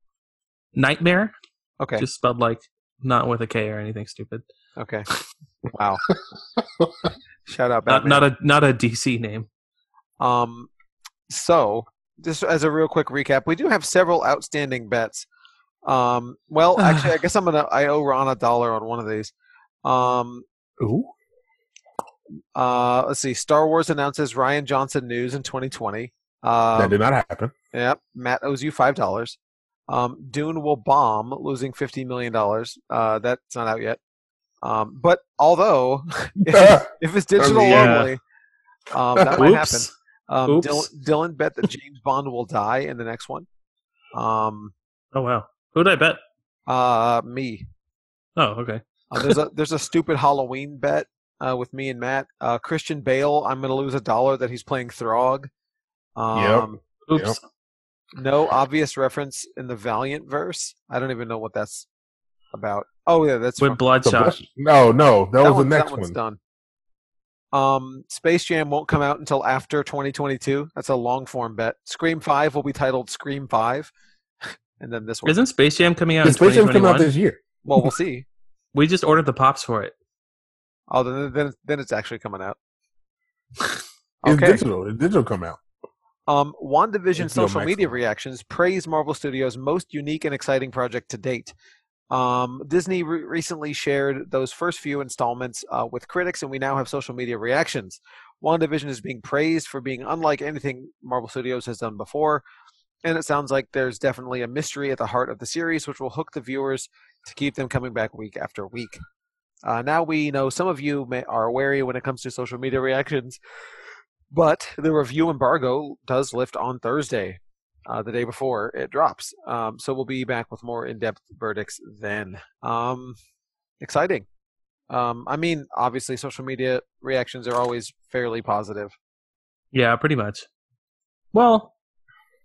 Nightmare, Okay. just spelled like not with a K or anything stupid. Okay. Wow. Shout out Not Batman. not a not a DC name. um, so just as a real quick recap, we do have several outstanding bets. Um, well, actually, I guess I'm gonna I owe Ron a dollar on one of these. Um, Ooh. uh, let's see. Star Wars announces Ryan Johnson news in 2020. that Um, did not happen. yep. Matt owes you five dollars. Um, Dune will bomb, losing 50 million dollars. Uh, that's not out yet. Um, but although if it's digital yeah. only, um, that might happen. Oh, Oops. Um, Oops. Dylan, Dylan bet that James Bond will die in the next one. Um, Oh wow. Who would I bet? Uh, me. Oh, okay. Uh, there's a there's a stupid Halloween bet uh, with me and Matt. Uh, Christian Bale. I'm gonna lose a dollar that he's playing Throg. Um, Oops. Yep. No obvious reference in the Valiant verse. I don't even know what that's about. Oh yeah, that's With from- The Bloodshot. Blush- No, no, that, was one- the next that one's one. done. Um, Space Jam won't come out until after 2022. That's a long form bet. Scream Five will be titled Scream Five, and then this one. Isn't Space Jam coming out The in Space Jam came out 2021? this year. well, we'll see. We just ordered the pops for it. Oh, then then then it's actually coming out. It's Okay. digital. It digital come out. Um, WandaVision It's no social media maximum. reactions praise Marvel Studios' most unique and exciting project to date. Um, Disney re- recently shared those first few installments uh, with critics, and we now have social media reactions. WandaVision is being praised for being unlike anything Marvel Studios has done before, and it sounds like there's definitely a mystery at the heart of the series, which will hook the viewers to keep them coming back week after week. Uh, now we know some of you may, are wary when it comes to social media reactions, but the review embargo does lift on Thursday, uh, the day before it drops. Um, so we'll be back with more in-depth verdicts then. Um, exciting. Um, I mean, obviously, social media reactions are always fairly positive. Yeah, pretty much. Well,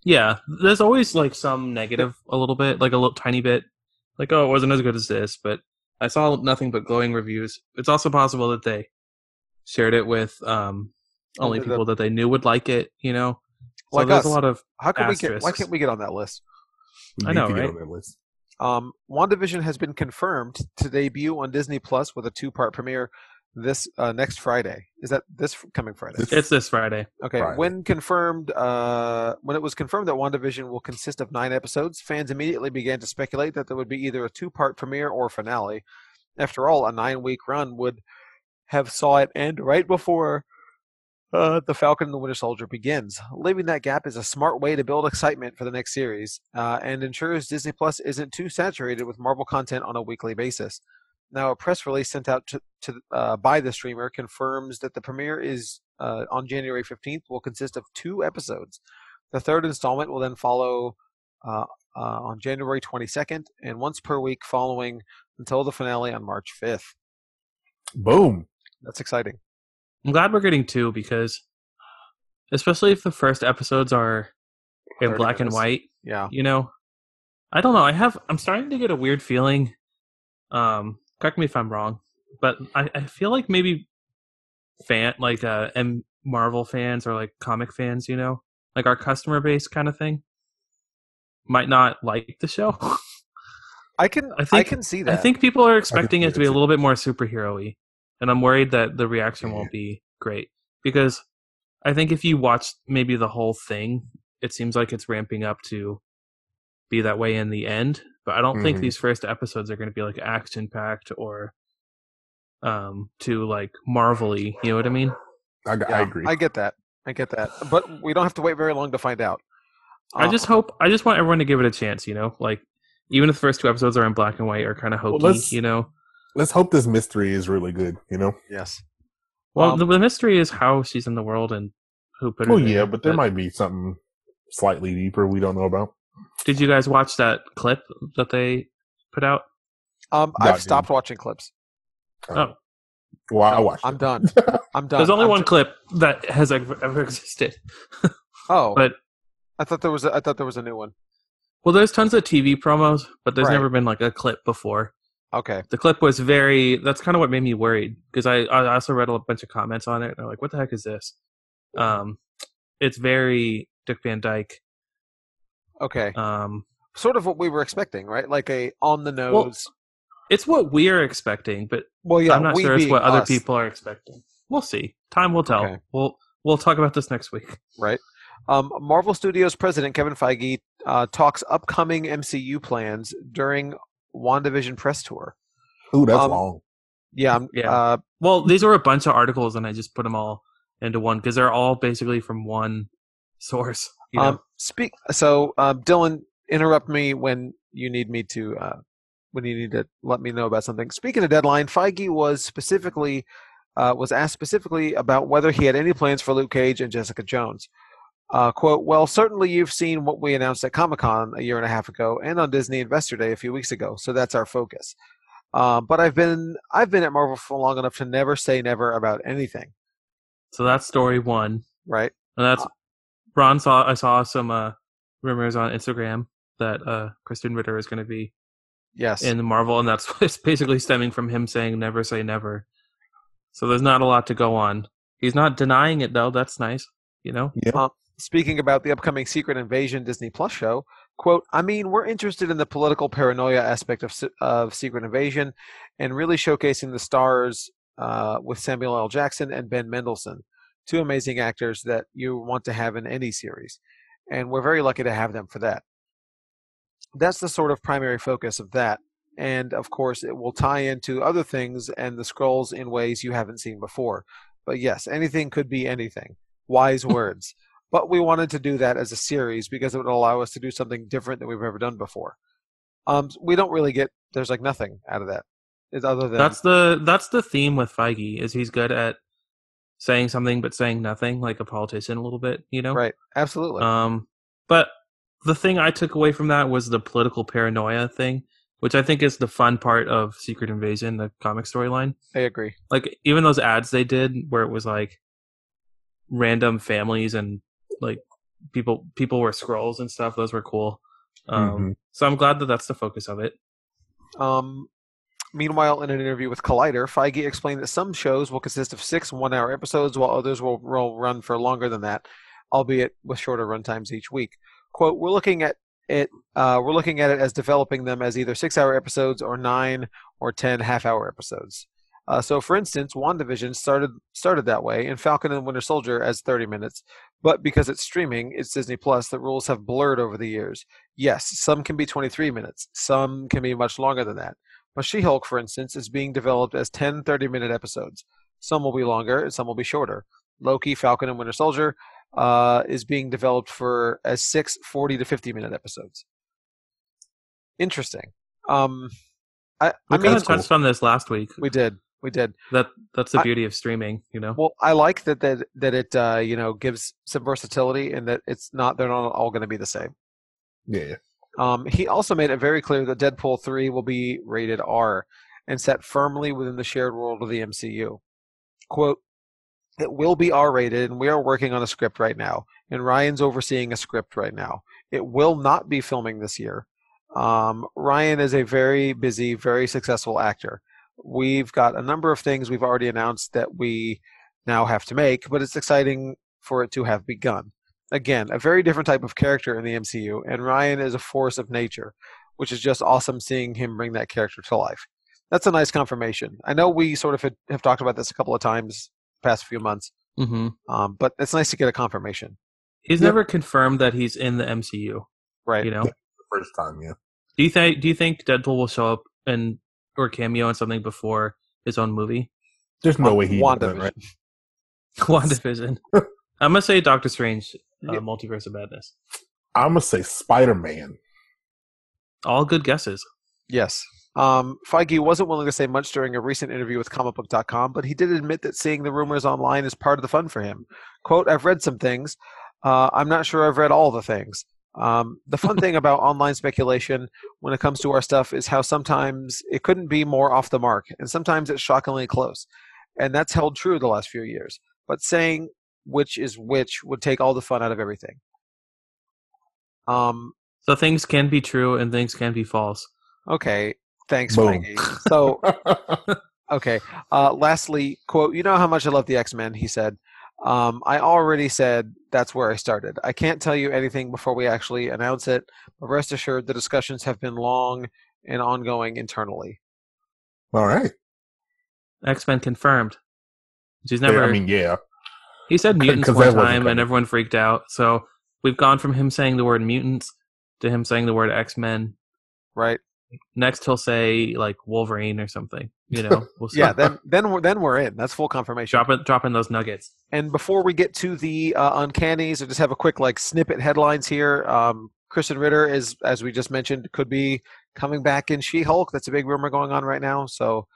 yeah. There's always like some negative, a little bit, like a little tiny bit. Like, oh, it wasn't as good as this, but I saw nothing but glowing reviews. It's also possible that they shared it with um, only The- the- people that they knew would like it. You know, so Like there's us. a lot of How can we get? Why Asterisks. can't we get on that list? You I need know, to get right? on that list. Um, WandaVision has been confirmed to debut on Disney Plus with a two-part premiere this uh, next Friday. Is that this f- coming Friday? This- it's this Friday. Okay, Friday. when confirmed, uh, when it was confirmed that WandaVision will consist of nine episodes, fans immediately began to speculate that there would be either a two-part premiere or finale. After all, a nine-week run would have saw it end right before uh, the Falcon and the Winter Soldier begins. Leaving that gap is a smart way to build excitement for the next series uh, and ensures Disney Plus isn't too saturated with Marvel content on a weekly basis. Now, a press release sent out to, to uh, by the streamer confirms that the premiere is uh, on January 15th will consist of two episodes. The third installment will then follow uh, uh, on January 22nd and once per week following until the finale on March 5th. Boom. That's exciting. I'm glad we're getting two because, especially if the first episodes are in 30 black and minutes. white, Yeah. you know i don't know i have i'm starting to get a weird feeling um correct me if i'm wrong but i, I feel like maybe fan like uh M- marvel fans or like comic fans you know like our customer base kind of thing might not like the show I can I, I think- can see that. i think people are expecting see it to be that a too. little bit more superhero-y and i'm worried that the reaction won't be great because i think if you watch maybe the whole thing it seems like it's ramping up to be that way in the end. But I don't think Mhm. these first episodes are going to be like action packed or um to like marvelly. You know what I mean? I, g- I Yeah, agree. I get that. I get that. But we don't have to wait very long to find out. I just Um, hope I just want everyone to give it a chance. You know, like even if the first two episodes are in black and white or kind of hokey. let's- you know, Let's hope this mystery is really good. You know. Yes. well um, the, the mystery is how she's in the world and who put her. Oh there, yeah, but there might be something slightly deeper we don't know about. Did you guys watch that clip that they put out? Um, Not I've stopped watching clips. Well, I watched. I'm it. done. I'm done. There's only I'm one ju- clip that has ever, ever existed. oh, but- I thought there was a, I thought there was a new one. Well, there's tons of TV promos, but there's Right. never been like a clip before. Okay. the clip was very that's kind of what made me worried because I, I also read a bunch of comments on it and i'm like what the heck is this um it's very dick van dyke Okay. um Sort of what we were expecting, right? Like a on the Well- nose. it's what we're expecting but Well, yeah. i'm not we sure it's being what other us, people are expecting we'll see time will tell Okay. we'll we'll talk about this next week right? Um, Marvel Studios president Kevin Feige uh, talks upcoming MCU plans during WandaVision press tour. Ooh, that's Um, long. Yeah. I'm, Yeah. Uh, well these were a bunch of articles and i just put them all into one because they're all basically from one source you know? um, speak. So, uh, Dylan, interrupt me when you need me to. Uh, when you need to let me know about something. Speaking of deadline, Feige was specifically uh, was asked specifically about whether he had any plans for Luke Cage and Jessica Jones. Uh, quote, well, certainly you've seen what we announced at Comic Con a year and a half ago and on Disney Investor Day a few weeks ago, so that's our focus. Uh, but I've been I've been at Marvel for long enough to never say never about anything, So that's story one. right? And uh, that's Ron saw I saw some uh, rumors on Instagram that uh, Kristen Ritter is going to be Yes. in Marvel, and that's it's basically stemming from him saying "never say never." So there's not a lot to go on. He's not denying it though. That's nice, you know. speaking about the upcoming Secret Invasion Disney Plus show, quote, I mean, we're interested in the political paranoia aspect of, Se- of Secret Invasion and really showcasing the stars uh, with Samuel L. Jackson and Ben Mendelsohn, two amazing actors that you want to have in any series. And we're very lucky to have them for that. That's the sort of primary focus of that. And of course, it will tie into other things and the scrolls in ways you haven't seen before. But yes, anything could be anything. Wise words but we wanted to do that as a series because it would allow us to do something different than we've ever done before. Um, we don't really get there's like nothing out of that, It's other than That's the that's the theme with Feige is he's good at saying something but saying nothing, like a politician a little bit, you know. right, absolutely, Um, but the thing I took away from that was the political paranoia thing, which I think is the fun part of Secret Invasion, the comic storyline. I agree. Like even those ads they did where it was like random families and like people people were scrolls and stuff. Those were cool. Um, Mm-hmm. Mhm. So I'm glad that that's the focus of it. Um, meanwhile, in an interview with Collider, Feige explained that some shows will consist of six one-hour episodes, while others will, will run for longer than that, albeit with shorter run times each week. "Quote: We're looking at it. Uh, we're looking at it as developing them as either six-hour episodes or nine or ten half-hour episodes." Uh, so, for instance, WandaVision started started that way, and Falcon and Winter Soldier as 30 minutes. But because it's streaming, it's Disney Plus. The rules have blurred over the years. Yes, some can be 23 minutes, some can be much longer than that. But She Hulk, for instance, is being developed as 10 30 minute episodes. Some will be longer and some will be shorter. Loki, Falcon, and Winter Soldier uh, is being developed for as six 40 to 50 minute episodes. Interesting. Um, I, I We kind mean, of touched on this last week. we did. We did. That that's the I- beauty of streaming, you know. Well, I like that that, that it uh, you know gives some versatility and that it's not they're not all going to be the same. Yeah. Um, he also made it very clear that Deadpool 3 will be rated R and set firmly within the shared world of the MCU. Quote, it will be R rated, and we are working on a script right now, and Ryan's overseeing a script right now. It will not be filming this year. Um, Ryan is a very busy, very successful actor. We've got a number of things we've already announced that we now have to make, but it's exciting for it to have begun again, a very different type of character in the MCU, and Ryan is a force of nature, which is just awesome seeing him bring that character to life. That's a nice confirmation. I know we sort of had, have talked about this a couple of times past few months, Mm-hmm. um, but it's nice to get a confirmation, He's Yeah. never confirmed that he's in the MCU. right? You know. First time, yeah. Do you think Do you think Deadpool will show up and or cameo in something before his own movie, There's no way he WandaVision. doesn't, right? WandaVision? I'm gonna say Doctor Strange, uh, Yeah. Multiverse of Madness. I'm gonna say Spider Man. All good guesses. Yes. Um, Feige wasn't willing to say much during a recent interview with comicbook.com, but he did admit that seeing the rumors online is part of the fun for him. Quote, I've read some things. Uh, I'm not sure I've read all the things. Um, the fun thing about online speculation when it comes to our stuff is how sometimes it couldn't be more off the mark, and sometimes it's shockingly close. And that's held true the last few years. But saying which is which would take all the fun out of everything. Um, So things can be true and things can be false. okay. Thanks, Boom. Feige. So. Okay. Uh, lastly, quote, you know how much I love the X Men, he said. Um, I already said that's where I started. I can't tell you anything before we actually announce it, but rest assured the discussions have been long and ongoing internally. All right. X Men confirmed. Which he's Yeah, never. I mean, yeah. he said mutants 'cause one that wasn't time coming. and everyone freaked out. So we've gone from him saying the word mutants to him saying the word X Men. Right? Next, he'll say like Wolverine or something. You know, we'll see. Yeah. Then, then we're then we're in. That's full confirmation. dropping dropping those nuggets. And before we get to the uh, uncannies, I just have a quick like snippet headlines here. Um, Kristen Ritter is, as we just mentioned, could be coming back in She-Hulk. That's a big rumor going on right now, so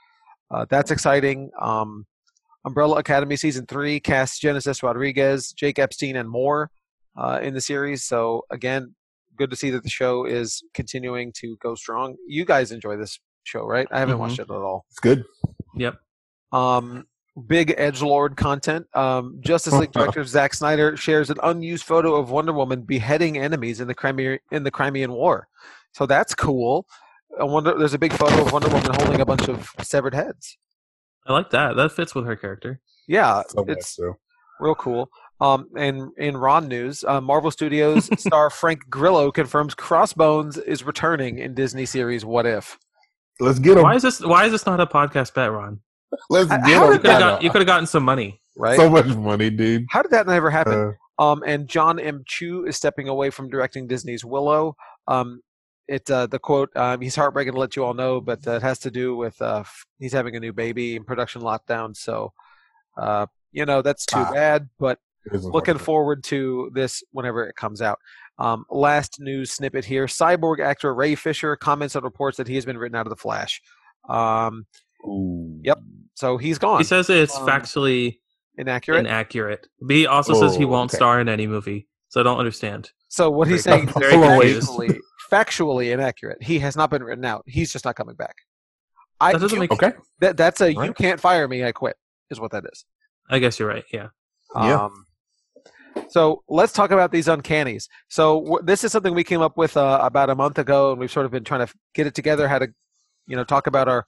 uh, that's exciting. Um, Umbrella Academy season three casts Genesis Rodriguez, Jake Epstein, and more. uh, in the series. So again, good to see that the show is continuing to go strong. You guys enjoy this show, right? I haven't Mhm. watched it at all. It's good. Yep. Um, big edge lord content. Um, Justice League director Zack Snyder shares an unused photo of Wonder Woman beheading enemies in the Crimea in the Crimean War. So that's cool. I wonder. There's a big photo of Wonder Woman holding a bunch of severed heads. I like that. That fits with her character. Yeah, Somewhat, Uh, it's so. real cool. Um, and in Ron news, uh, Marvel Studios star Frank Grillo confirms Crossbones is returning in Disney series What If. Let's get Why him. is this? Why is this not a podcast bet, Ron? Let's I- get how did him. You could have got, you could have gotten some money. Right? So much money, dude. How did that never happen? Uh, Um, and John M. Chu is stepping away from directing Disney's Willow. Um, it uh, the quote um, he's heartbreaking to let you all know, but uh, it has to do with uh, f- he's having a new baby and production lockdown. So uh, you know that's too Ah. bad, but it isn't looking hard. forward to this whenever it comes out. Um, last news snippet here: Cyborg actor Ray Fisher comments on reports that he has been written out of the Flash. Um, Ooh. Yep. so he's gone. He says it's Um, factually Inaccurate. inaccurate. But he also says he Oh, won't okay. star in any movie. So I don't understand. So what he's saying is Very confused. factually, factually inaccurate. He has not been written out. He's just not coming back. I That doesn't you- make. Okay. that, that's a you Right. can't fire me. I quit is what that is. I guess you're right. Yeah. Yeah. Um, so let's talk about these uncannies. So w- this is something we came up with uh, about a month ago, and we've sort of been trying to get it together. How to, you know, talk about our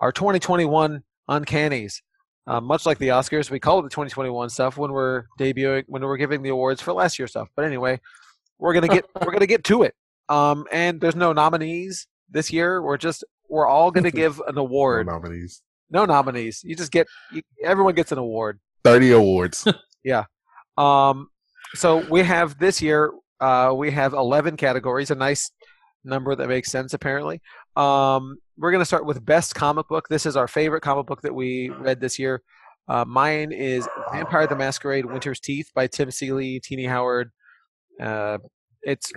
our 2021 uncannies. Uh, much like the Oscars, we call it the 2021 stuff when we're debuting, when we're giving the awards for last year's stuff. But anyway, we're gonna get we're gonna get to it. Um, and there's no nominees this year. We're just we're all gonna give an award. No nominees. No nominees. You just get you, everyone gets an award. Thirty awards. Um, so we have this year, uh, we have 11 categories, a nice number that makes sense, apparently. Um, we're going to start with best comic book. This is our favorite comic book that we read this year. Uh, mine is Vampire the Masquerade Winter's Teeth by Tim Seeley, Teeny Howard. Uh, it's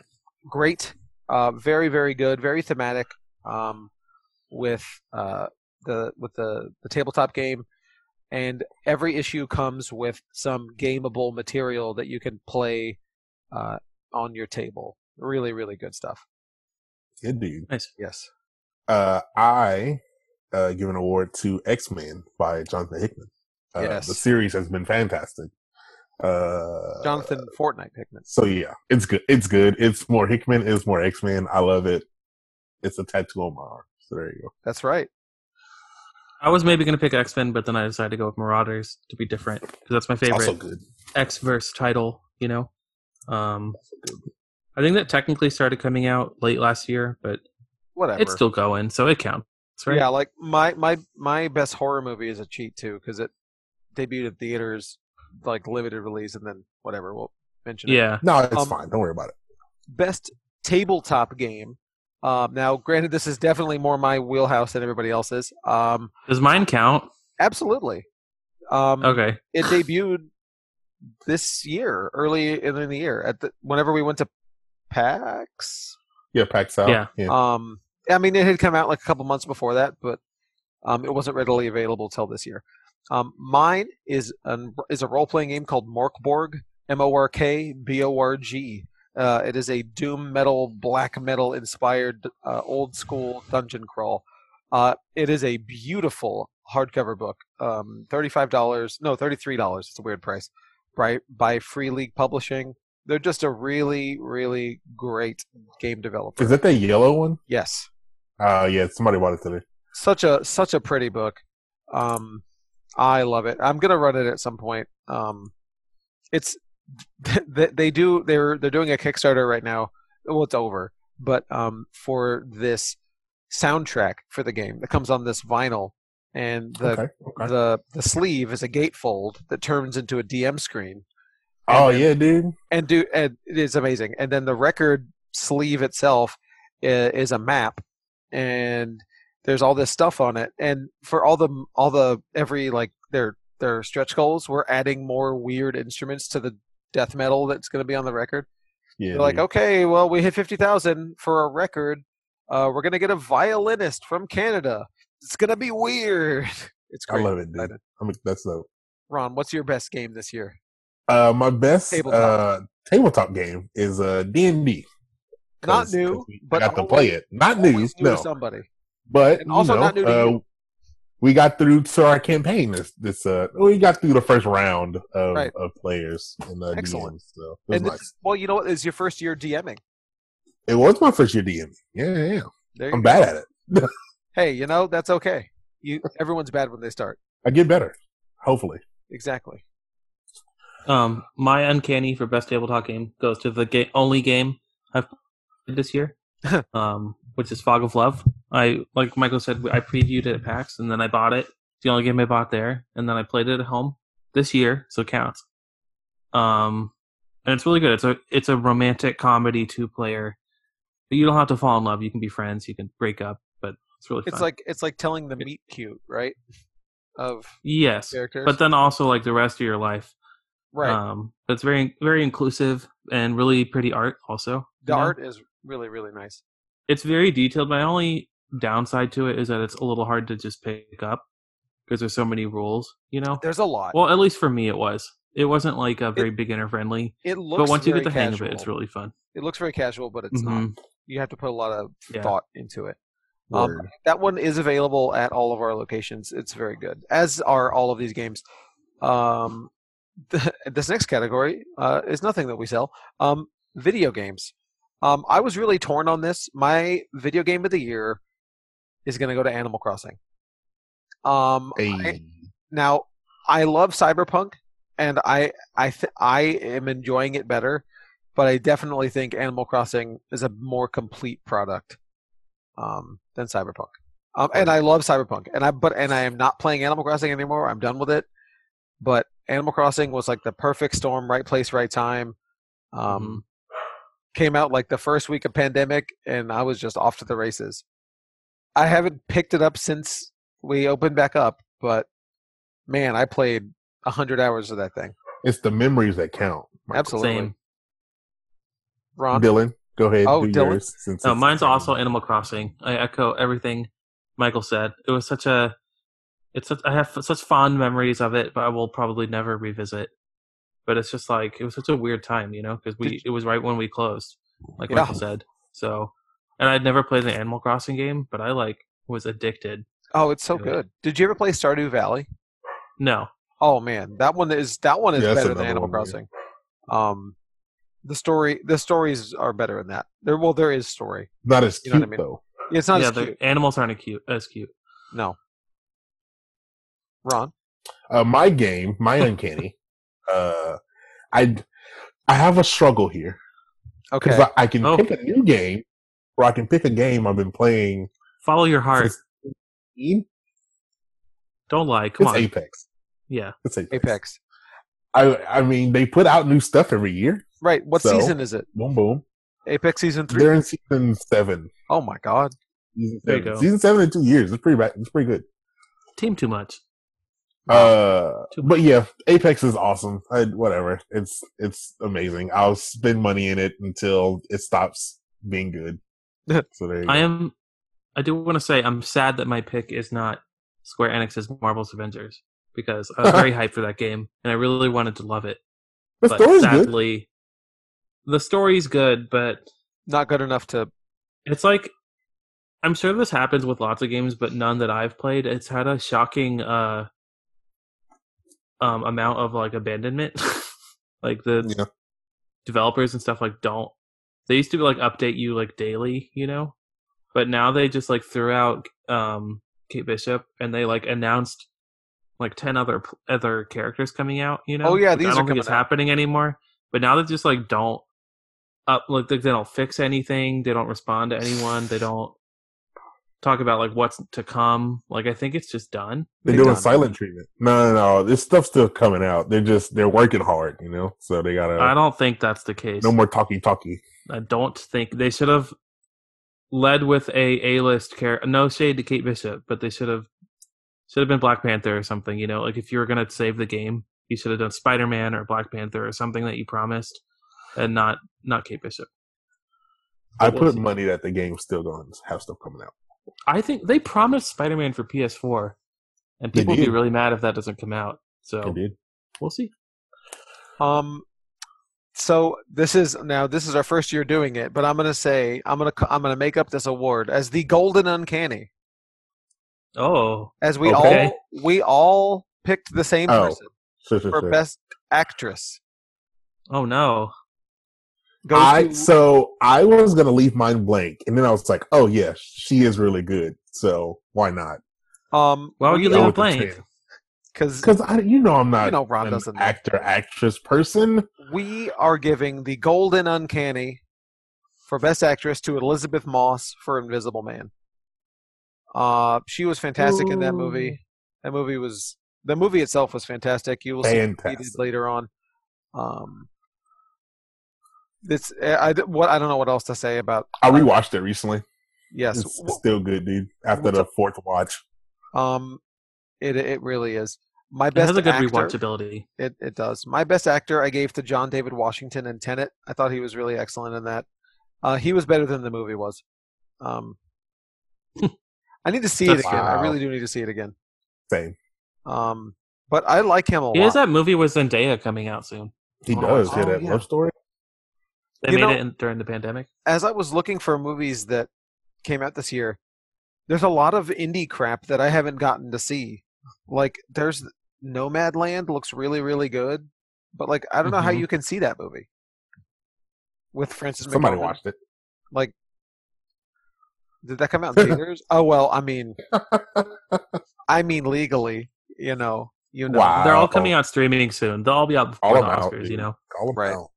great, uh, very, very good, very thematic um, with uh, the with the, the tabletop game and every issue comes with some gameable material that you can play uh, on your table. Really, really good stuff. Good dude. Nice. Yes. uh, I uh, give an award to X Men by Jonathan Hickman. Uh, Yes. The series has been fantastic. Uh, Jonathan Fortnite Hickman. So yeah, it's good. It's good. It's more Hickman. It's more X Men. I love it. It's a tattoo on my arm. So there you go. That's right. I was maybe gonna pick X Men, but then I decided to go with Marauders to be different because that's my favorite Also good. X verse title. You know. Um, I think that technically started coming out late last year, but Whatever. it's still going, so it counts, right? Yeah, like my my my best horror movie is a cheat too because it debuted in theaters like limited release and then whatever we'll mention. It. Yeah. No, it's Um, fine. Don't worry about it. Best tabletop game. Um, now, granted, this is definitely more my wheelhouse than everybody else's. Um, Does mine count? absolutely. Um, Okay. it debuted this year, early in the year, at the, whenever we went to PAX. Yeah, packs out. Yeah. Um, I mean, it had come out like a couple months before that, but um, it wasn't readily available till this year. Um, mine is an, is a role playing game called Morkborg, M O R K B O R G. Uh, it is a doom metal, black metal inspired uh, old school dungeon crawl. Uh, it is a beautiful hardcover book. Um, Thirty-five dollars, no, thirty-three dollars. It's a weird price. By by Free League Publishing. They're just a really, really great game developer. Is that that yellow one? yes, Uh yeah. Somebody bought it today. such a such a pretty book. Um, I love it. I'm gonna run it at some point. Um, it's they, they do they're they're doing a Kickstarter right now. Well, it's over, but um, for this soundtrack for the game that comes on this vinyl, and the okay. okay. the the sleeve is a gatefold that turns into a DM screen. oh yeah, dude. and do and it is amazing. And then the record sleeve itself is, is a map, and there's all this stuff on it. And for all the all the every like their their stretch goals, we're adding more weird instruments to the death metal that's going to be on the record. Yeah. They're like, dude. okay, well, we hit fifty thousand for a record. Uh, we're gonna get a violinist from Canada. It's gonna be weird. It's I great. love it, dude. I mean, that's dope. Ron, what's your best game this year? Uh, my best Tabletop. tabletop, uh, tabletop game is uh, D&D. 'Cause- Not new, 'cause we- I but got to always- play it. Not new, Always new no. to somebody. But And also you know, not new to uh, you. We got through to our campaign. This, this, uh, we got through the first round of, Right. of players and uh, Excellent. DMs. So it was, And nice. this, well, you know what? It's your first year DMing. it was my first year DMing. Yeah, yeah, yeah. There you go. I'm bad at it. Hey, you know that's okay. You everyone's bad when they start. I get better, hopefully. Exactly. Um, my uncanny for best tabletop game goes to the ga- only game I've played this year, um, which is Fog of Love. I like Michael said, I previewed it at PAX and then I bought it. It's the only game I bought there, and then I played it at home this year, so it counts. Um, and it's really good. It's a it's a romantic comedy two player. You don't have to fall in love. You can be friends. You can break up, but it's really fun. It's like it's like telling the meet cute, right? Of yes, characters. but then also like the rest of your life. right. Um, that's very very inclusive and really pretty art. Also, the you know? art is really really nice. It's very detailed. My only downside to it is that it's a little hard to just pick up because there's so many rules. You know. There's a lot. Well, at least for me, it was. It wasn't like a very beginner friendly, it looks but once you get the very hang of it, casual. it's really fun. it looks very casual, but it's not. Mm-hmm. Mhm. You have to put a lot of Yeah. thought into it. Um, Word. That one is available at all of our locations. It's very good, as are all of these games. Um, this next category uh, is nothing that we sell. Um, video games. Um, I was really torn on this. My video game of the year is going to go to Animal Crossing. Um, I- Hey, now I love Cyberpunk, and I I th- I am enjoying it better, but I definitely think Animal Crossing is a more complete product um, than Cyberpunk. Um, and I love Cyberpunk, and I but and I am not playing Animal Crossing anymore. I'm done with it. But Animal Crossing was like the perfect storm, right place, right time. Um, Mhm. Came out like the first week of pandemic, and I was just off to the races. I haven't picked it up since we opened back up, but man, I played a hundred hours of that thing. it's the memories that count. Michael. Absolutely, Same. Ron. Dylan, go ahead. Oh, do Dylan. yours, since No, it's- mine's also Animal Crossing. I echo everything Michael said. It was such a, it's such, I have such fond memories of it, but I will probably never revisit. But it's just like it was such a weird time, you know, because we it was right when we closed, like Yeah. Michael said. So, and I'd never played an Animal Crossing game, but I like was addicted. Oh, it's so Really? good. Did you ever play Stardew Valley? No, Oh man, that one is that one is Yeah, that's better than another Animal one, yeah. Crossing. Um, the story, the stories are better in that. There, well, there is story. not as You cute know what I mean? though. It's not yeah, as the cute. animals aren't cute as cute. No. Ron, Uh, my game, my uncanny. uh, I I have a struggle here because okay, I, I can Oh. pick a new game, or I can pick a game I've been playing. Follow your heart. since 15. Don't lie. Come It's on. Apex. Yeah. It's Apex. Apex. I I mean, they put out new stuff every year. Right. What So? season is it? Boom, boom. Apex season 3 They're in season seven. Oh my god. Season There you seven. go. Season seven in two years. It's pretty bad. It's pretty good. Team too much. Uh, Too but yeah, Apex is awesome. I, whatever, it's it's amazing. I'll spend money in it until it stops being good. So there you I go. am. I do want to say I'm sad that my pick is not Square Enix's Marvel's Avengers because I was very hyped for that game and I really wanted to love it. The but story's good. sadly, the story's good, but Not good enough to. it's like I'm sure this happens with lots of games, but none that I've played. It's had a shocking uh um amount of like abandonment. like the Yeah. developers and stuff like don't they used to like update you like daily you know but now they just like threw out um kate bishop and they like announced like 10 other other characters coming out you know Oh, yeah, Which these i are don't think coming it's out. happening anymore but now they just like don't up like they don't fix anything they don't respond to anyone they don't talk about like what's to come like i think it's just done They're Big doing time. silent treatment. No, no, no. This stuff's still coming out. They're just they're working hard, you know. So they i gotta don't think that's the case no more talky talky. I don't think they should have led with a A list character. No shade to Kate Bishop, but they should have should have been Black Panther or something. You know, like if you were gonna save the game, you should have done Spider Man or Black Panther or something that you promised, and not not Kate Bishop. I We'll put see. money that the game's still going to have stuff coming out. I think they promised Spider Man for PS4, and They people would be did. really mad if that doesn't come out. So Indeed. we'll see. Um, so this is now this is our first year doing it, but I'm gonna say I'm gonna I'm gonna make up this award as the Golden Uncanny, Oh, as we Okay. all we all picked the same Oh. person Sure, sure, for sure. best actress. oh no. Goes I to- so I was gonna leave mine blank, and then I was like, "Oh yeah, she is really good. So why not?" um, Why would you Go leave with it the blank? ten. Because Because I, you know, I'm not You know Ron an doesn't know. actor actress person. we are giving the Golden Uncanny for Best Actress to Elizabeth Moss for Invisible Man. Uh, she was fantastic in that movie. That movie was the movie itself was fantastic. You will see it repeated Fantastic. later on. Um, it's eh, I, I- what I don't know what else to say about I rewatched it recently. yes. It's still good, dude. After what's the fourth watch, Um, it it really is my It best. has a good actor, rewatchability. It it does. My best actor I gave to John David Washington in Tenet. I thought he was really excellent in that. Uh, he was better than the movie was. Um, I need to see it That's- again. I Wow. really do need to see it again. same. Um, but I like him a He lot. has that movie with Zendaya coming out soon. He Oh, does. yeah, oh, that yeah. love story. They You made know- it in, during the pandemic. As I was looking for movies that came out this year, there's a lot of indie crap that I haven't gotten to see. Like there's Nomadland looks really really good, but like I don't know how Mhm. you can see that movie with Francis. Somebody McDormand. watched it. Did that come out in theaters? oh well, I mean, I mean legally, you know, you know. Wow. They're all Uh-oh. coming out streaming soon. They'll all be out All before the of 'em out, Oscars, dude. you know. All Right. about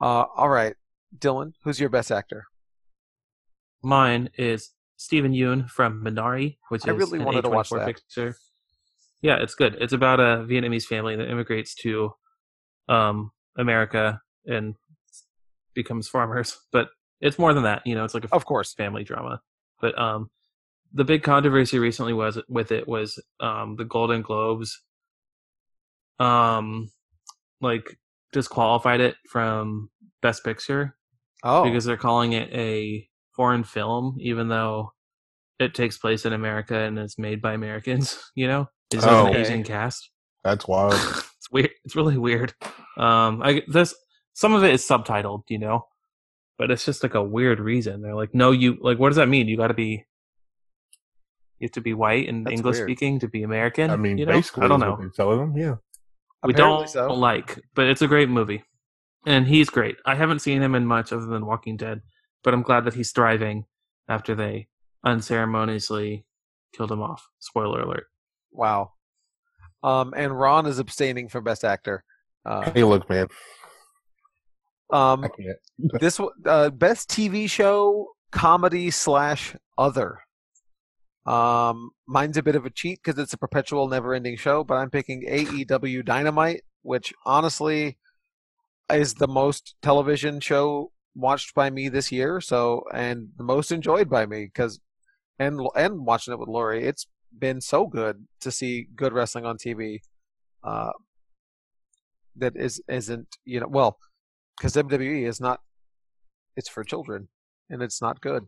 Uh, all right, Dylan, who's your best actor? Mine is Stephen Yoon from Minari, which I is really an wanted to watch A24 that. picture. Yeah, it's good. It's about a Vietnamese family that immigrates to um, America and becomes farmers, but it's more than that. You know, it's like a Of course. family drama. But um, the big controversy recently was with it was um, the Golden Globes, um, like disqualified it from Best Picture Oh, because they're calling it a foreign film, even though it takes place in America and it's made by Americans. You know, it's just an Oh. Asian cast. That's wild. it's weird. It's really weird. Um, I this some of it is subtitled, you know, but it's just like a weird reason. They're like, no, you like, what does that mean? You got to be, you have to be white and That's English weird. speaking to be American. I mean, you know? basically, I don't is know What they're telling them, yeah. Oh, we apparently don't so. like, but it's a great movie, and he's great. I haven't seen him in much other than Walking Dead, but I'm glad that he's thriving after they unceremoniously killed him off. Spoiler alert. Wow. Um, and Ron is abstaining from Best Actor. Uh, Hey, look, man. um, I can't. this w- uh, Best TV Show Comedy slash Other. Um, mine's a bit of a cheat because it's a perpetual, never-ending show, but I'm picking AEW Dynamite, which honestly is the most television show watched by me this year. So, and the most enjoyed by me because, and and watching it with Lori, it's been so good to see good wrestling on TV. Uh, that is isn't you know well because WWE E is not it's for children and it's not good.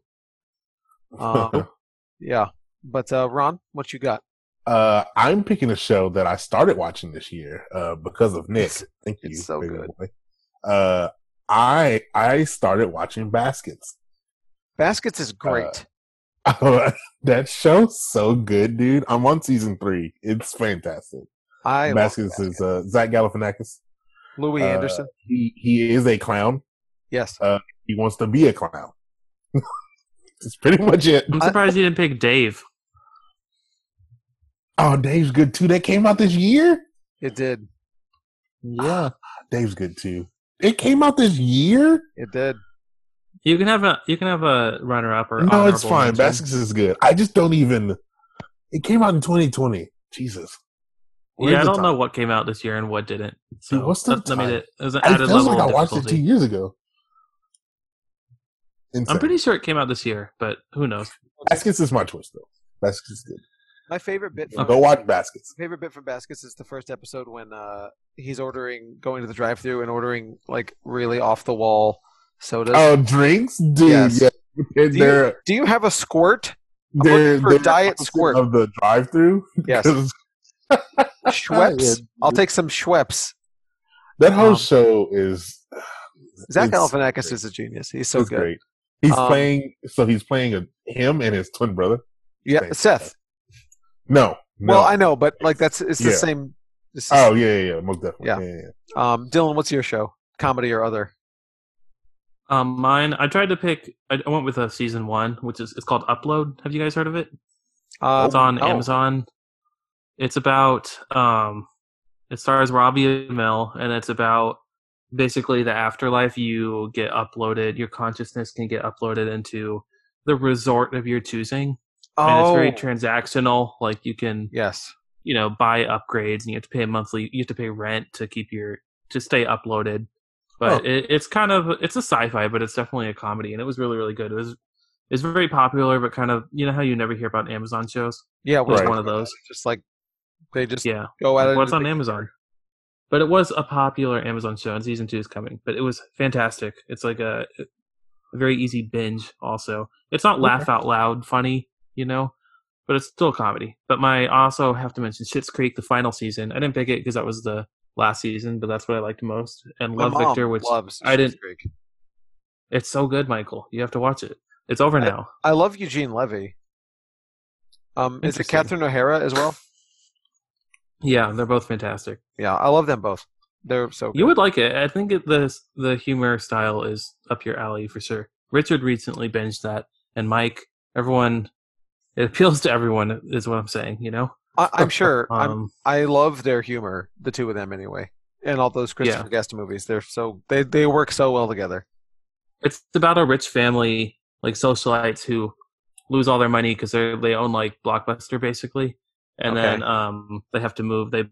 Um, yeah, but uh, Ron, what you got? Uh, I'm picking a show that I started watching this year uh, because of Nick. It's- Thank you. it's so baby good. boy. Uh, I I started watching Baskets. Baskets Uh, is great. that show's so good, dude. I'm on season three. It's fantastic. I love Baskets Baskets. is uh, Zach Galifianakis. Louis uh, Anderson. He he is a clown. Yes, He wants to be a clown. That's pretty much it. I'm I- surprised you didn't pick Dave. Oh, Dave's good too. That came out this year. it did. Yeah, Dave's good too. It came out this year. It did. you can have a you can have a runner up or No, it's honorable fine. mention. Baskets is good. I just don't even. It came out in 2020. Jesus. Where's Yeah, I the don't know time? what came out this year and what didn't. So Dude, what's the that- I mean, time? it, it was an It added feels level like I of watched it two difficulty. years ago. Insane. I'm pretty sure it came out this year, but who knows? Baskets is my choice though. Baskets is good. My favorite bit. From, Go watch Baskets. Favorite bit from Baskets is the first episode when uh, he's ordering, going to the drive-through and ordering like really off-the-wall sodas. Oh, drinks, dude. Yes. Yeah. They're Do you- they're Do you have a squirt? they're, for Diet opposite Squirt. of the drive-through. Yes. 'Cause Schweppes. Yeah. I'll take some Schweppes. That whole Um, show is Zach It's Galifianakis is a genius. He's so is good. great. He's Um, playing, so he's playing a, him and his twin brother. Yeah, Thanks. Seth. No, no. Well, I know, but like that's it's the Yeah. same. It's the oh yeah, yeah, yeah, most definitely. Yeah. Yeah, yeah, yeah. Um, Dylan, what's your show? Comedy or other? Um, mine. I tried to pick. I I went with a season one, which is it's called Upload. Have you guys heard of it? Uh, it's on no. Amazon. It's about um, it stars Robbie Amell, and it's about basically the afterlife. You get uploaded. Your consciousness can get uploaded into the resort of your choosing, and it's Oh, very transactional. Like you can, yes. you know, buy upgrades, and you have to pay monthly. You have to pay rent to keep your to stay uploaded. But it, it's kind of it's a sci-fi, but it's definitely a comedy, and it was really really good. It was it's very popular, but kind of you know how you never hear about Amazon shows. Yeah, It was Right. one of those. Just like they just Yeah. go at it. Well, it's on Amazon. But it was a popular Amazon show, and season two is coming. But it was fantastic. It's like a, a very easy binge, also. It's not laugh out loud funny, you know, but it's still a comedy. But my, I also have to mention Schitt's Creek, the final season. I didn't pick it because that was the last season, but that's what I liked most. And My Love mom Victor, which loves I didn't- Schitt's Creek. it's so good, Michael. You have to watch it. It's over now. I love Eugene Levy. Um, is it Interesting. Catherine O'Hara as well? Yeah, they're both fantastic. Yeah, I love them both. They're so good. You would like it. I think it, the the humor style is up your alley for sure. Richard recently binged that, and Mike, everyone, it appeals to everyone, is what I'm saying. You know, I, I'm sure. I'm, um, I love their humor, the two of them anyway, and all those Christopher Guest movies. They're so they they work so well together. it's about a rich family, like socialites who lose all their money because they they own like Blockbuster basically, and Okay. then um they have to move. They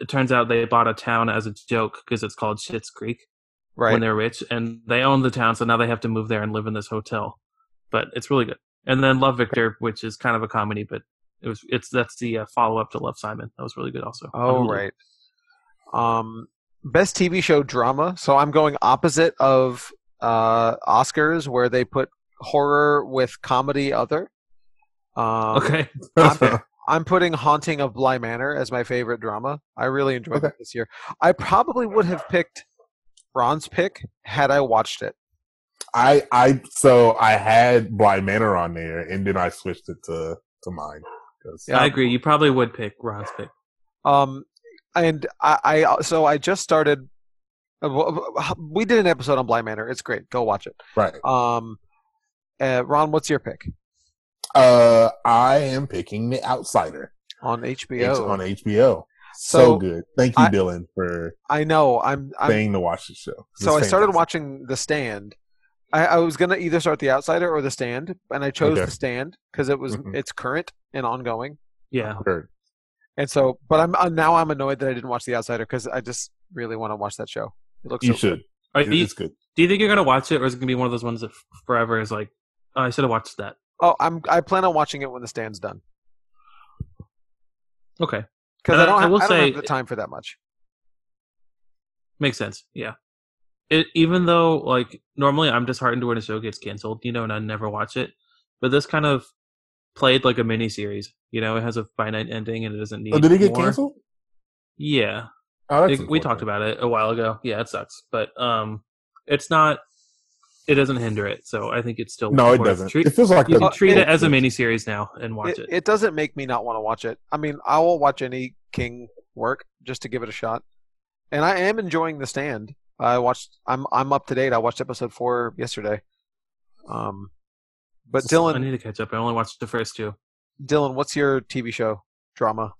it turns out they bought a town as a joke because it's called Shit's Creek. Right. when they're rich, and they own the town, so now they have to move there and live in this hotel. But it's really good. And then Love Victor, which is kind of a comedy, but it was it's that's the uh, follow up to Love Simon. That was really good, also. Oh Um, right. Um, best TV show drama. So I'm going opposite of uh Oscars, where they put horror with comedy. Other. Um, Okay. I'm- I'm putting Haunting of Bly Manor as my favorite drama. I really enjoyed Okay. it this year. I probably would have picked Ron's pick had I watched it. I I so I had Bly Manor on there, and then I switched it to to mine. 'Cause- Yeah. I agree. You probably would pick Ron's pick. Um, and I, I so I just started. uh, We did an episode on Bly Manor. It's great. Go watch it. Right. Um, uh, Ron, what's your pick Uh, I am picking The Outsider on HBO? It's on HBO. So, So, good. Thank you, I- Dylan, for I know. I'm. I'm saying to watch the show. so I It's started fantastic. watching The Stand. I, I was gonna either start The Outsider or The Stand, and I chose Okay. The Stand because it was Mhm. it's current and ongoing. Yeah. Sure. And so, but I'm uh, now I'm annoyed that I didn't watch The Outsider because I just really want to watch that show. It looks You so should. Are It- you, It's good. do you think you're gonna watch it, or is it gonna be one of those ones that f- forever is like, oh, I should have watched that? Oh, I'm I plan on watching it when the stand's done Okay, because Uh, I don't, I have, will I don't say- have the time for that much. makes sense. Yeah. It even though like normally I'm disheartened when a show gets canceled, you know, and I never watch it, but this kind of played like a mini series. You know, it has a finite ending and it doesn't need. Oh, did it get more. canceled? Yeah, Oh, that's It- we talked unfortunate. about it a while ago. Yeah, it sucks, but um, it's not. It doesn't hinder it, so I think it's still. No, it worth- doesn't. Treat, it feels like you the- can treat it, it- as a mini series now and watch It, it. it doesn't make me not want to watch it. I mean, I will watch any King work just to give it a shot, and I am enjoying the stand. I watched. I'm I'm up to date. I watched episode four yesterday. Um, but I Dylan, need to catch up. I only watched the first two. Dylan, what's your TV show drama?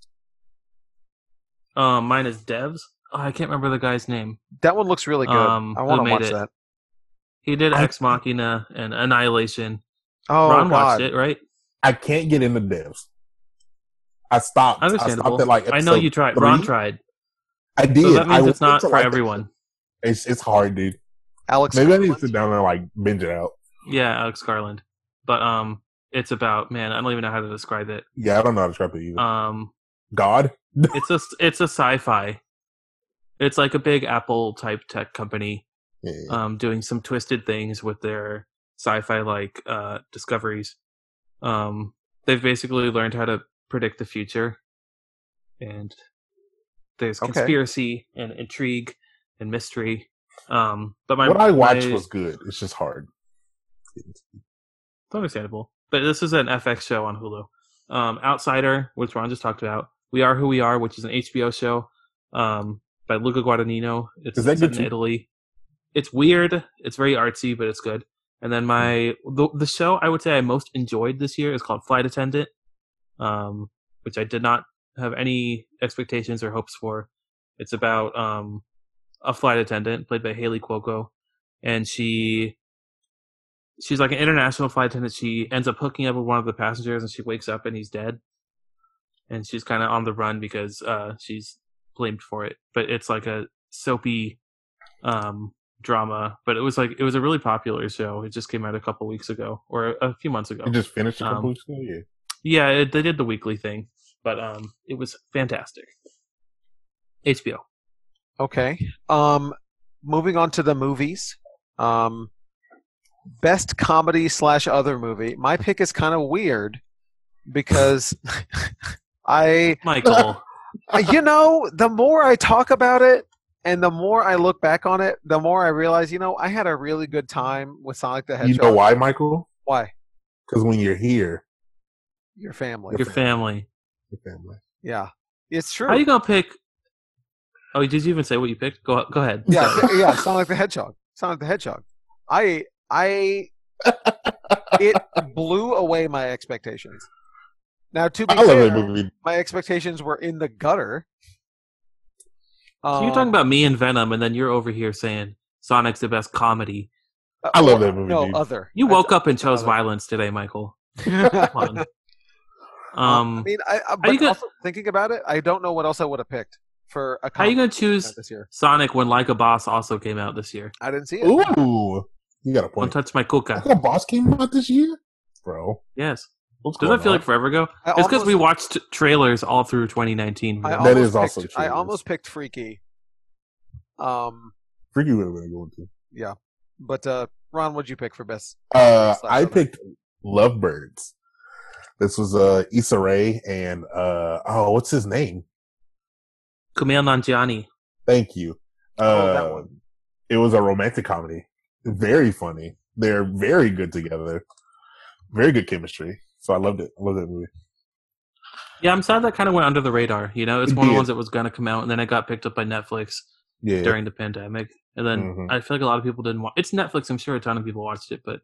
Um, mine is Devs. Oh, I can't remember the guy's name. That one looks really good. Um, I who want to made watch it? that. He did I- Ex Machina and Annihilation. Oh Ron God. watched it, right? I can't get into devs. I stopped. I stopped Understandable. at like I know episode you tried. Ron three. tried. I did. So that I means went it's not to, for like, everyone. It's it's hard, dude. Alex. Maybe I need to Garland? sit down and like binge it out. Yeah, Alex Garland. But um, it's about man. I don't even know how to describe it. Yeah, I don't know how to trap it either. Um, God, it's a it's a sci-fi. It's like a big Apple type tech company yeah. um, doing some twisted things with their sci-fi like uh, discoveries. Um, they've basically learned how to predict the future, and there's Okay. conspiracy and intrigue and mystery. Um, but my what I watched my- was good. It's just hard. It's understandable. But this is an FX show on Hulu. Um, Outsider, which Ron just talked about. We Are Who We Are, which is an HBO show um, by Luca Guadagnino. It's Is that set good in too? Italy. It's weird. It's very artsy, but it's good. And then my the, the show I would say I most enjoyed this year is called Flight Attendant, um, which I did not have any expectations or hopes for. It's about um, a flight attendant played by Haley Cuoco, and she she's like an international flight attendant. She ends up hooking up with one of the passengers, and she wakes up and he's dead. And she's kind of on the run because uh, she's blamed for it. But it's like a soapy um, drama. But it was like it was a really popular show. It just came out a couple weeks ago or a few months ago. It just finished a couple Um, weeks ago. Yeah. Yeah, it, they did the weekly thing, but um, it was fantastic. HBO. Okay. Um, moving on to the movies. Um, best comedy slash other movie. My pick is kind of weird because I, Michael. you know, the more I talk about it and the more I look back on it, the more I realize, you know, I had a really good time with Sonic the Hedgehog. You know why, Michael? Why? Because when you're here, Your family. your family. your family. yeah. It's true. How you gonna pick? Oh, did you even say what you picked? Go go ahead. yeah, Sorry. so- yeah, Sonic the Hedgehog. Sonic the Hedgehog. I I it blew away my expectations. Now to be I love fair, that movie. my expectations were in the gutter. Um, So you're Uh, talking about me and Venom, and then you're over here saying Sonic's the best comedy. about I love that movie, No dude. other. You woke up and chose another- violence today, Michael. up. Come on. um, I Um, mean, I, I, but you gonna- also thinking about it, I don't know what else I would have picked for a how you comedy gonna choose this year. Sonic when Like a Boss also came out this year? I didn't see it. Ooh, you got a Don't point. touch my I coca. thought Boss came out this year, bro. Yes. What's Does that going feel on? like forever ago? I It's because almost- we watched trailers all through 2019. I That almost is also picked- true. I almost picked Freaky. Um, Freaky would have been a good one too. but uh, Ron, what'd you pick for best? Uh, Slash I other. picked Lovebirds. This was uh Issa Rae and uh oh, what's his name? Kumail Nanjiani. Thank you. Uh, Oh, that one. It was a romantic comedy. Very funny. They're very good together. Very good chemistry. So I loved it. I loved that movie. Yeah, I'm sad that kind of went under the radar. You know, it's It one of the did. ones that was going to come out, and then it got picked up by Netflix Yeah. during the pandemic. And then Mhm. I feel like a lot of people didn't watch. It's Netflix. I'm sure a ton of people watched it, but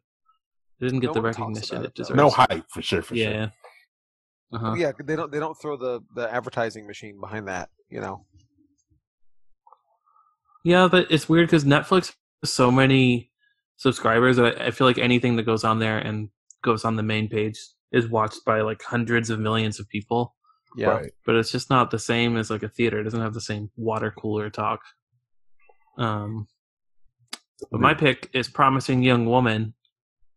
they didn't get No the one talks recognition about it it, though. deserves. no hype for sure. For sure. yeah. Uh-huh. Yeah, they don't they don't throw the the advertising machine behind that, you know. Yeah, but it's weird because Netflix has so many subscribers that I, I feel like anything that goes on there and goes on the main page is watched by like hundreds of millions of people. Yeah. Right. But it's just not the same as like a theater. It doesn't have the same water cooler talk. Um, but my pick is "Promising Young Woman,"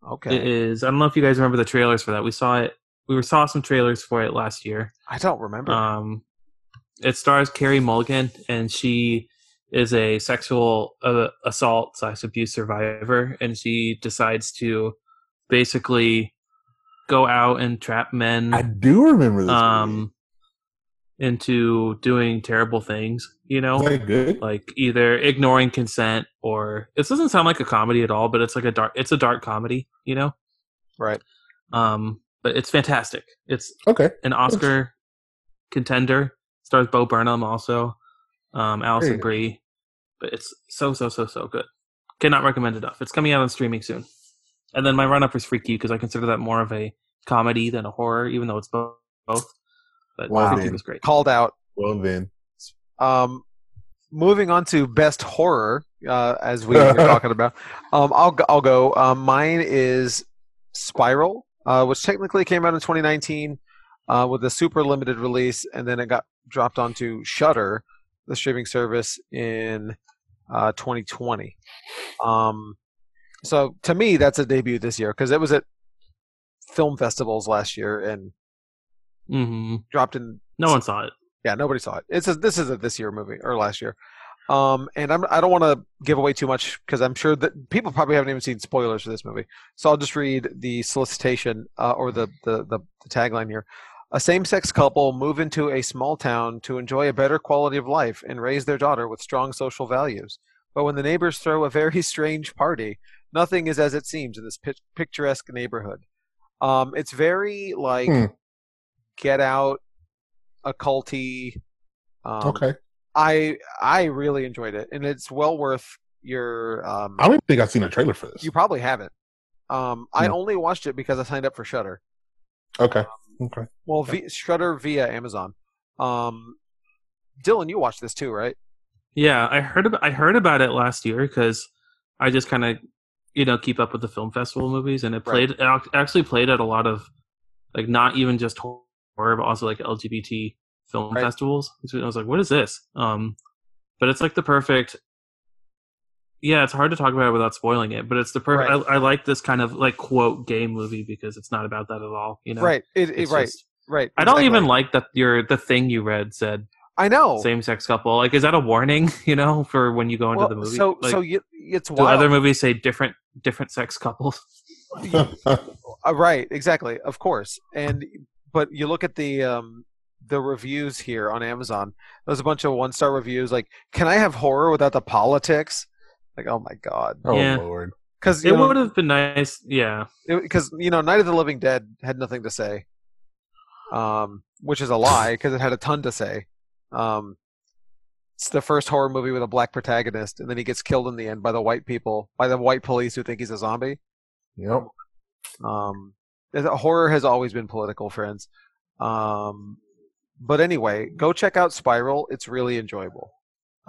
It Okay. is. I don't know if you guys remember the trailers for that. We saw it. We were, saw some trailers for it last year. I don't remember. Um, it stars Carrie Mulligan, and she is a sexual uh, assault slash abuse survivor, and she decides to basically go out and trap men I do remember this. um, into doing terrible things. You know, movie. Is that good? like either ignoring consent or it doesn't sound like a comedy at all, but it's like a dark. It's a dark comedy. You know right. um, but it's fantastic. It's okay. an Oscar contender. Stars Bo Burnham also, um, Allison Great. Brie. But it's so so so so good. Cannot recommend enough. It's coming out on streaming soon. And then my run-up is Freaky because I consider that more of a comedy than a horror, even though it's both. both. But Wow. Freaky was great. Called out. Well then. Um moving on to best horror uh as we were talking about. Um I'll go- I'll go. Um mine is Spiral, uh which technically came out in 2019 uh with a super limited release and then it got dropped onto Shutter, the streaming service in uh 2020. Um so to me that's a debut this year cuz it was at film festivals last year and hmm dropped in No one saw it. yeah, nobody saw it. It's a, this is a this year movie or last year. Um, and I'm, I don't want to give away too much because I'm sure that people probably haven't even seen spoilers for this movie. So I'll just read the solicitation uh, or the, the, the, the tagline here. A same sex couple move into a small town to enjoy a better quality of life and raise their daughter with strong social values. but when the neighbors throw a very strange party, nothing is as it seems in this pic- picturesque neighborhood. Um, it's very like Hmm. get out, occulty. Um, okay. I I really enjoyed it, and it's well worth your. Um, I don't even think I've seen a trailer for this. you probably haven't. Um, I No. only watched it because I signed up for Shutter. okay. Okay. Well, v- Shutter via Amazon. Um, Dylan, you watched this too, right? Yeah, I heard about, I heard about it last year because I just kind of you know keep up with the film festival movies, and it Right. played it ac- actually played at a lot of like not even just horror, but also like LGBT film Right. festivals. So I was like, what is this? Um, but it's like the perfect. Yeah, it's hard to talk about it without spoiling it, but it's the perfect. Right. I, I like this kind of like quote gay movie because it's not about that at all. You know, Right. It, it, It's right. just- right. I don't exactly. even like that your the thing you read said I know. same sex couple. Like, is that a warning? You know, for when you go into Well, the movie. So like, so you, it's do wild. other movies say different different sex couples? Uh, right, exactly, of course. And but you look at the um, the reviews here on Amazon. There's a bunch of one star reviews like, "Can I have horror without the politics?" Like, oh my god, oh Yeah. lord. because It would have been nice. Yeah, because you know, Night of the Living Dead had nothing to say, um, which is a lie because it had a ton to say. Um, it's the first horror movie with a black protagonist, and then he gets killed in the end by the white people, by the white police who think he's a zombie. Yep. Um, is- horror has always been political, friends. Um, but anyway, go check out Spiral. It's really enjoyable.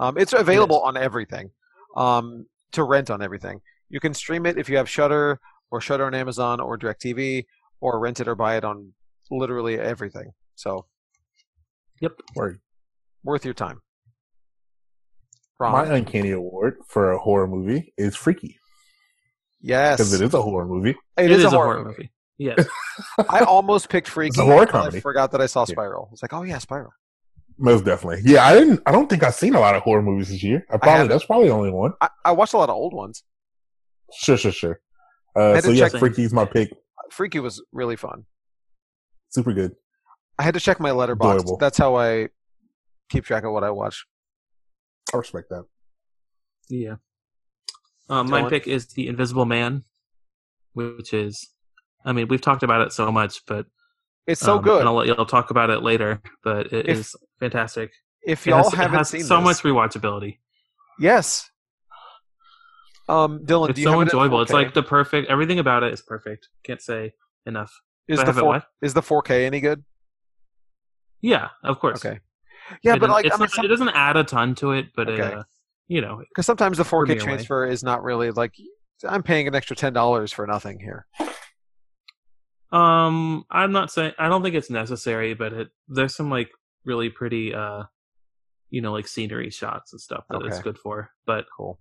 Um, it's available on everything, um, to rent on everything. You can stream it if you have Shutter or Shutter on Amazon or DirecTV or rent it or buy it on literally everything. So Word. worth your time. Ron. My uncanny award for a horror movie is Freaky because yes, it is a horror movie. it is, a horror. movie. Yes, I almost picked Freaky. It's a horror until I comedy. forgot that I saw Yeah. Spiral. It's like, oh yeah, Spiral. Most definitely. Yeah, I didn't. I don't think I've seen a lot of horror movies this year. I probably haven't. that's probably the only one. I, I watched a lot of old ones. Sure, sure, sure. I Uh, had so to yeah, check- Freaky's my pick. Freaky was really fun. Super good. I had to check my letterbox. Enjoyable. That's how I keep track of what I watch. I respect that. yeah. Um, my Dylan? pick is the Invisible Man, which is, I mean, we've talked about it so much, but It's so um, good. And I'll let y'all talk about it later, but it is If- fantastic. If It y'all has- it haven't has seen so this- much rewatchability. yes. Um, Dylan, do It's you so have it at enjoyable. It's 4K? like the perfect. Everything about it is perfect. Can't say enough. is I the have it four what? is the 4K any good? Yeah, of course. Okay. Yeah, It but doesn't- like it's I mean, not- it doesn't add a ton to it, but it, Okay. uh, you know, because sometimes the 4K Premiere way. transfer is not really like I'm paying an extra ten dollars for nothing here. Um, I'm not saying I don't think it's necessary, but it, there's some like really pretty, uh, you know, like scenery shots and stuff that it's Okay. good for. But Cool.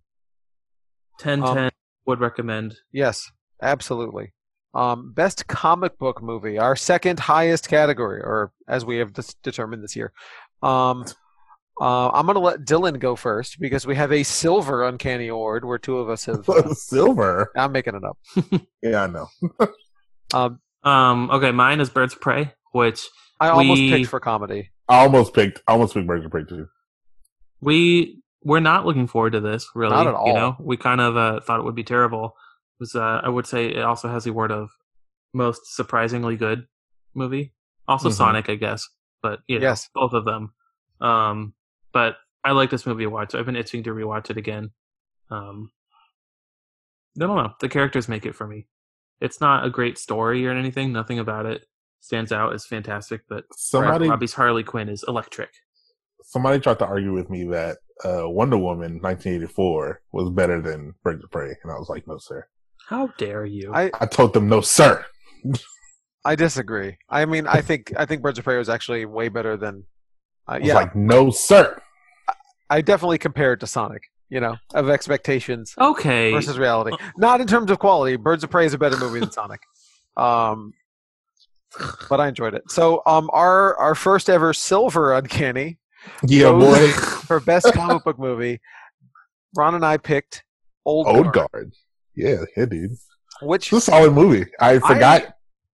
ten Um, ten would recommend. Yes, absolutely. Um, best comic book movie, our second highest category, or as we have dis- determined this year. Um, uh, I'm going to let Dylan go first because we have a silver uncanny award where two of us have. uh, Silver. I'm making it up. Yeah, I know. Um, Um, okay, mine is Birds of Prey, which I almost We- picked for comedy. I almost picked. I almost picked Birds of Prey too. we we're not looking forward to this really. Not at all. You know, we kind of uh, thought it would be terrible. It was uh, I would say it also has the word of most surprisingly good movie. Also Mhm. Sonic, I guess, but you know, Mm-hmm. Yes. both of them. Um, but I like this movie a lot. So I've been itching to rewatch it again. Um, I don't know. The characters make it for me. It's not a great story or anything. Nothing about it stands out as fantastic. But Somebody, Robbie's Harley Quinn is electric. somebody tried to argue with me that uh, Wonder Woman 1984 was better than Birds of Prey, and I was like, no, sir. How dare you? I, I told them, no, sir. I disagree. I mean, I think I think Birds of Prey was actually way better than. Uh, I was yeah, like, no, sir. I definitely compare it to Sonic. You know, of expectations okay. versus reality. Not in terms of quality. Birds of Prey is a better movie than Sonic. Um, but I enjoyed it. So um, our our first ever silver uncanny Yeah, boy. Those- for best comic book movie. Ron and I picked Old, Old Guard, Guard. Yeah, yeah, dude. which It's a solid movie. I forgot it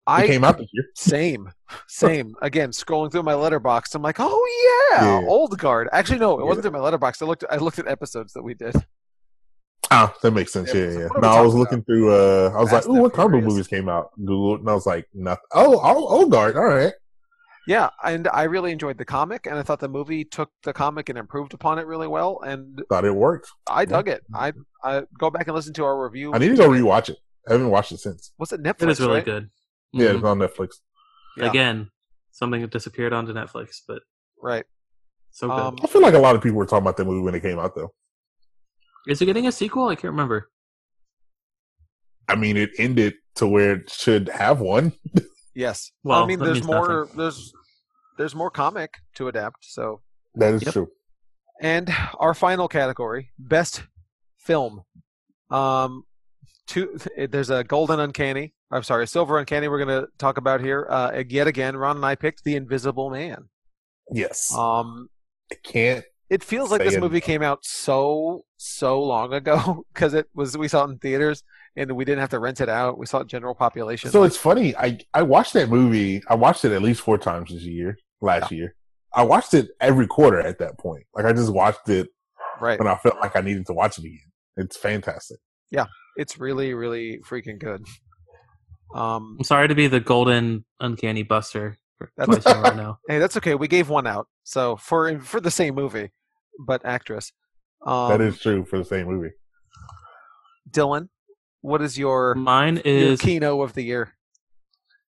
I came out this year. same same again. Scrolling through my letterbox, I'm like, oh yeah, Yeah. Old Guard. Actually, no, it Yeah. wasn't in my letterbox. I looked I looked at episodes that we did. Oh, that makes sense. Ah, Yeah, Yeah, yeah. so what are we No, I was talking looking through. uh I was Fast like, "Ooh, and what combo Furious. movies came out?" Googled, and I was like, "Nothing." Oh, oh, Ogard. All right. Yeah, and I really enjoyed the comic, and I thought the movie took the comic and improved upon it really well, and Thought it worked. I dug it. I, I go back and listen to our review. I need to go rewatch it. I haven't watched it since. Was it Netflix? It is really right? good. Yeah, Mhm. Mm-hmm. it's on Netflix. Yeah, Again, something that disappeared onto Netflix, but Right. so good. Um, I feel like a lot of people were talking about that movie when it came out, though. is it getting a sequel? I can't remember. I mean, it ended to where it should have one. Yes. Well, I mean, that there's means more. There's there's more comic to adapt. So, That is Yep. true. and our final category, best film. Um, two. There's a golden uncanny. I'm sorry, a silver uncanny. We're gonna talk about here. Uh, yet again, Ron and I picked The Invisible Man. Yes. Um, I can't. it feels like this Saying- movie came out so so long ago because it was we saw it in theaters and we didn't have to rent it out. We saw it in general population. So it's funny. I I watched that movie. I watched it at least four times this year. Last year, I watched it every quarter at that point. Like I just watched it right. when I felt like I needed to watch it again. It's fantastic. It's really really freaking good. Um, I'm sorry to be the golden uncanny buster for That's- twice in a row now. Hey, that's okay. We gave one out, so for for the same movie, but actress. Um, that is true for the same movie. Dylan. What is your Mine your is keynote of the year?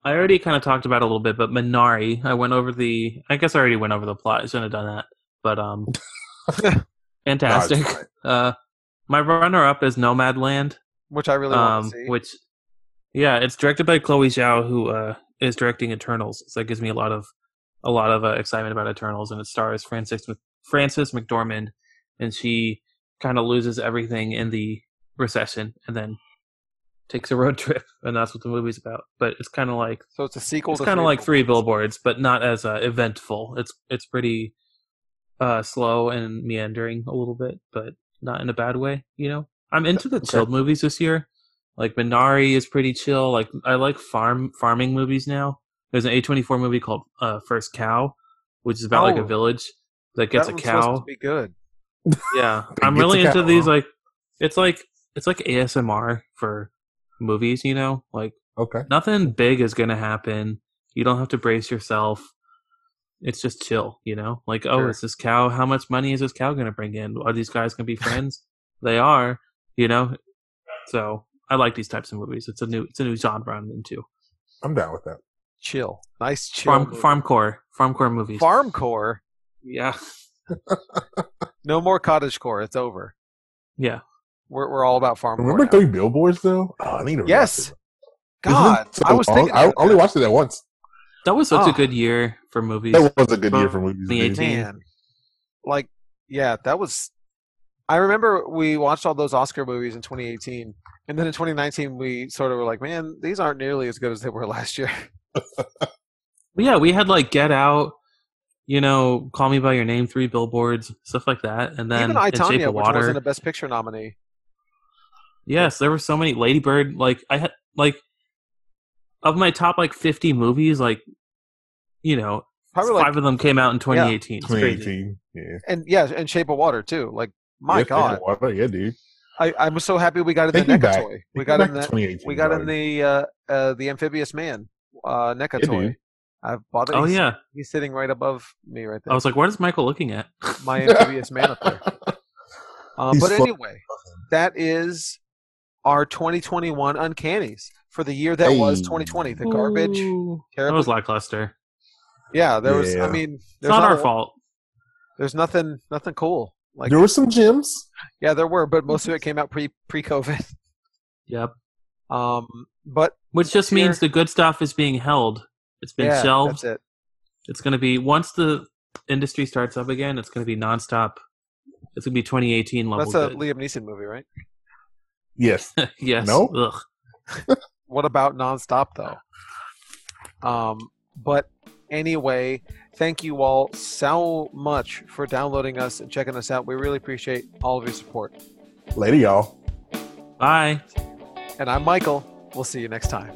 I already kind of talked about it a little bit, but Minari. I went over the. I guess I already went over the plot. I shouldn't have done that, but um, fantastic. No, it's fine. uh, my runner-up is Nomadland, Which I really want um, to see. which, yeah, it's directed by Chloe Zhao, who uh is directing Eternals. So that gives me a lot of, a lot of uh, excitement about Eternals, and it stars Francis Mc- Francis McDormand, and she kind of loses everything in the recession, and then takes a road trip, and that's what the movie's about. But it's kind of like so it's a sequel. it's to kind of like three Billboards. billboards, but not as uh, eventful. It's it's pretty uh, slow and meandering a little bit, but not in a bad way. You know, I'm into the chilled movies this year. Like Minari is pretty chill. Like I like farm farming movies now. There's an A24 movie called uh, First Cow, which is about like Oh. a village that gets that a one's supposed cow. to be good. Yeah, They I'm get really the into cow. these. Like it's like it's like ASMR for movies. You know, like Okay. nothing big is gonna happen. You don't have to brace yourself. It's just chill, you know. Like, oh, Sure. is this cow? How much money is this cow gonna bring in? Are these guys gonna be friends? they are, you know. So I like these types of movies. It's a new, it's a new genre I'm into. I'm down with that. Chill, nice chill. Farm, farmcore, farmcore movies. farm core. yeah, No more cottage core. It's over. yeah. We're we're all about farm Remember core. Three Billboards though? Oh, I need to. now. Yes. rewatch it. Isn't God, it so I was long? thinking. I about only that. watched it that once. That was such Ah. a good year for movies. That was a good year for movies. The dude. 18. man like yeah that was i remember we watched all those oscar movies in 2018 and then in 2019 we sort of were like man these aren't nearly as good as they were last year But yeah, we had like Get Out, you know, Call Me by Your Name, Three Billboards, stuff like that, and then even i In Shape tanya of which was Water. in a best picture nominee Yes, there were so many Ladybird. Like I had like of my top like fifty movies, like you know, probably like five of them came out in 2018. It's crazy. 2018. Yeah. and yeah and shape of water too like my Yeah, god Water. Yeah, dude. I, i'm so happy we got in Take the me NECA back. toy we got in Back to the 2018. we got in dog. the uh, uh the amphibious man uh NECA Yeah, toy dude. i bought it Oh he's, yeah, he's sitting right above me right I there was like, what is Michael looking at? my amphibious man up there Uh, He's but slow. anyway, that is our 2021 uncannies for the year that was Hey. 2020. The garbage, Ooh, that terrible. was lackluster. yeah, there was. I Yeah. mean, It's there's not a our lot- fault. There's nothing, nothing cool. Like, there were some gems. yeah, there were, but most of it came out pre pre COVID. Yep. Um, but Which just Here. means the good stuff is being held. It's been yeah, shelved. that's it. It's going to be once the industry starts up again. It's going to be nonstop. It's going to be 2018 level. That's a good. Liam Neeson movie, right? Yes. yes. No? Ugh. What about nonstop though? Um, but anyway, thank you all so much for downloading us and checking us out. We really appreciate all of your support. Later, y'all. Bye. And I'm Michael. We'll see you next time.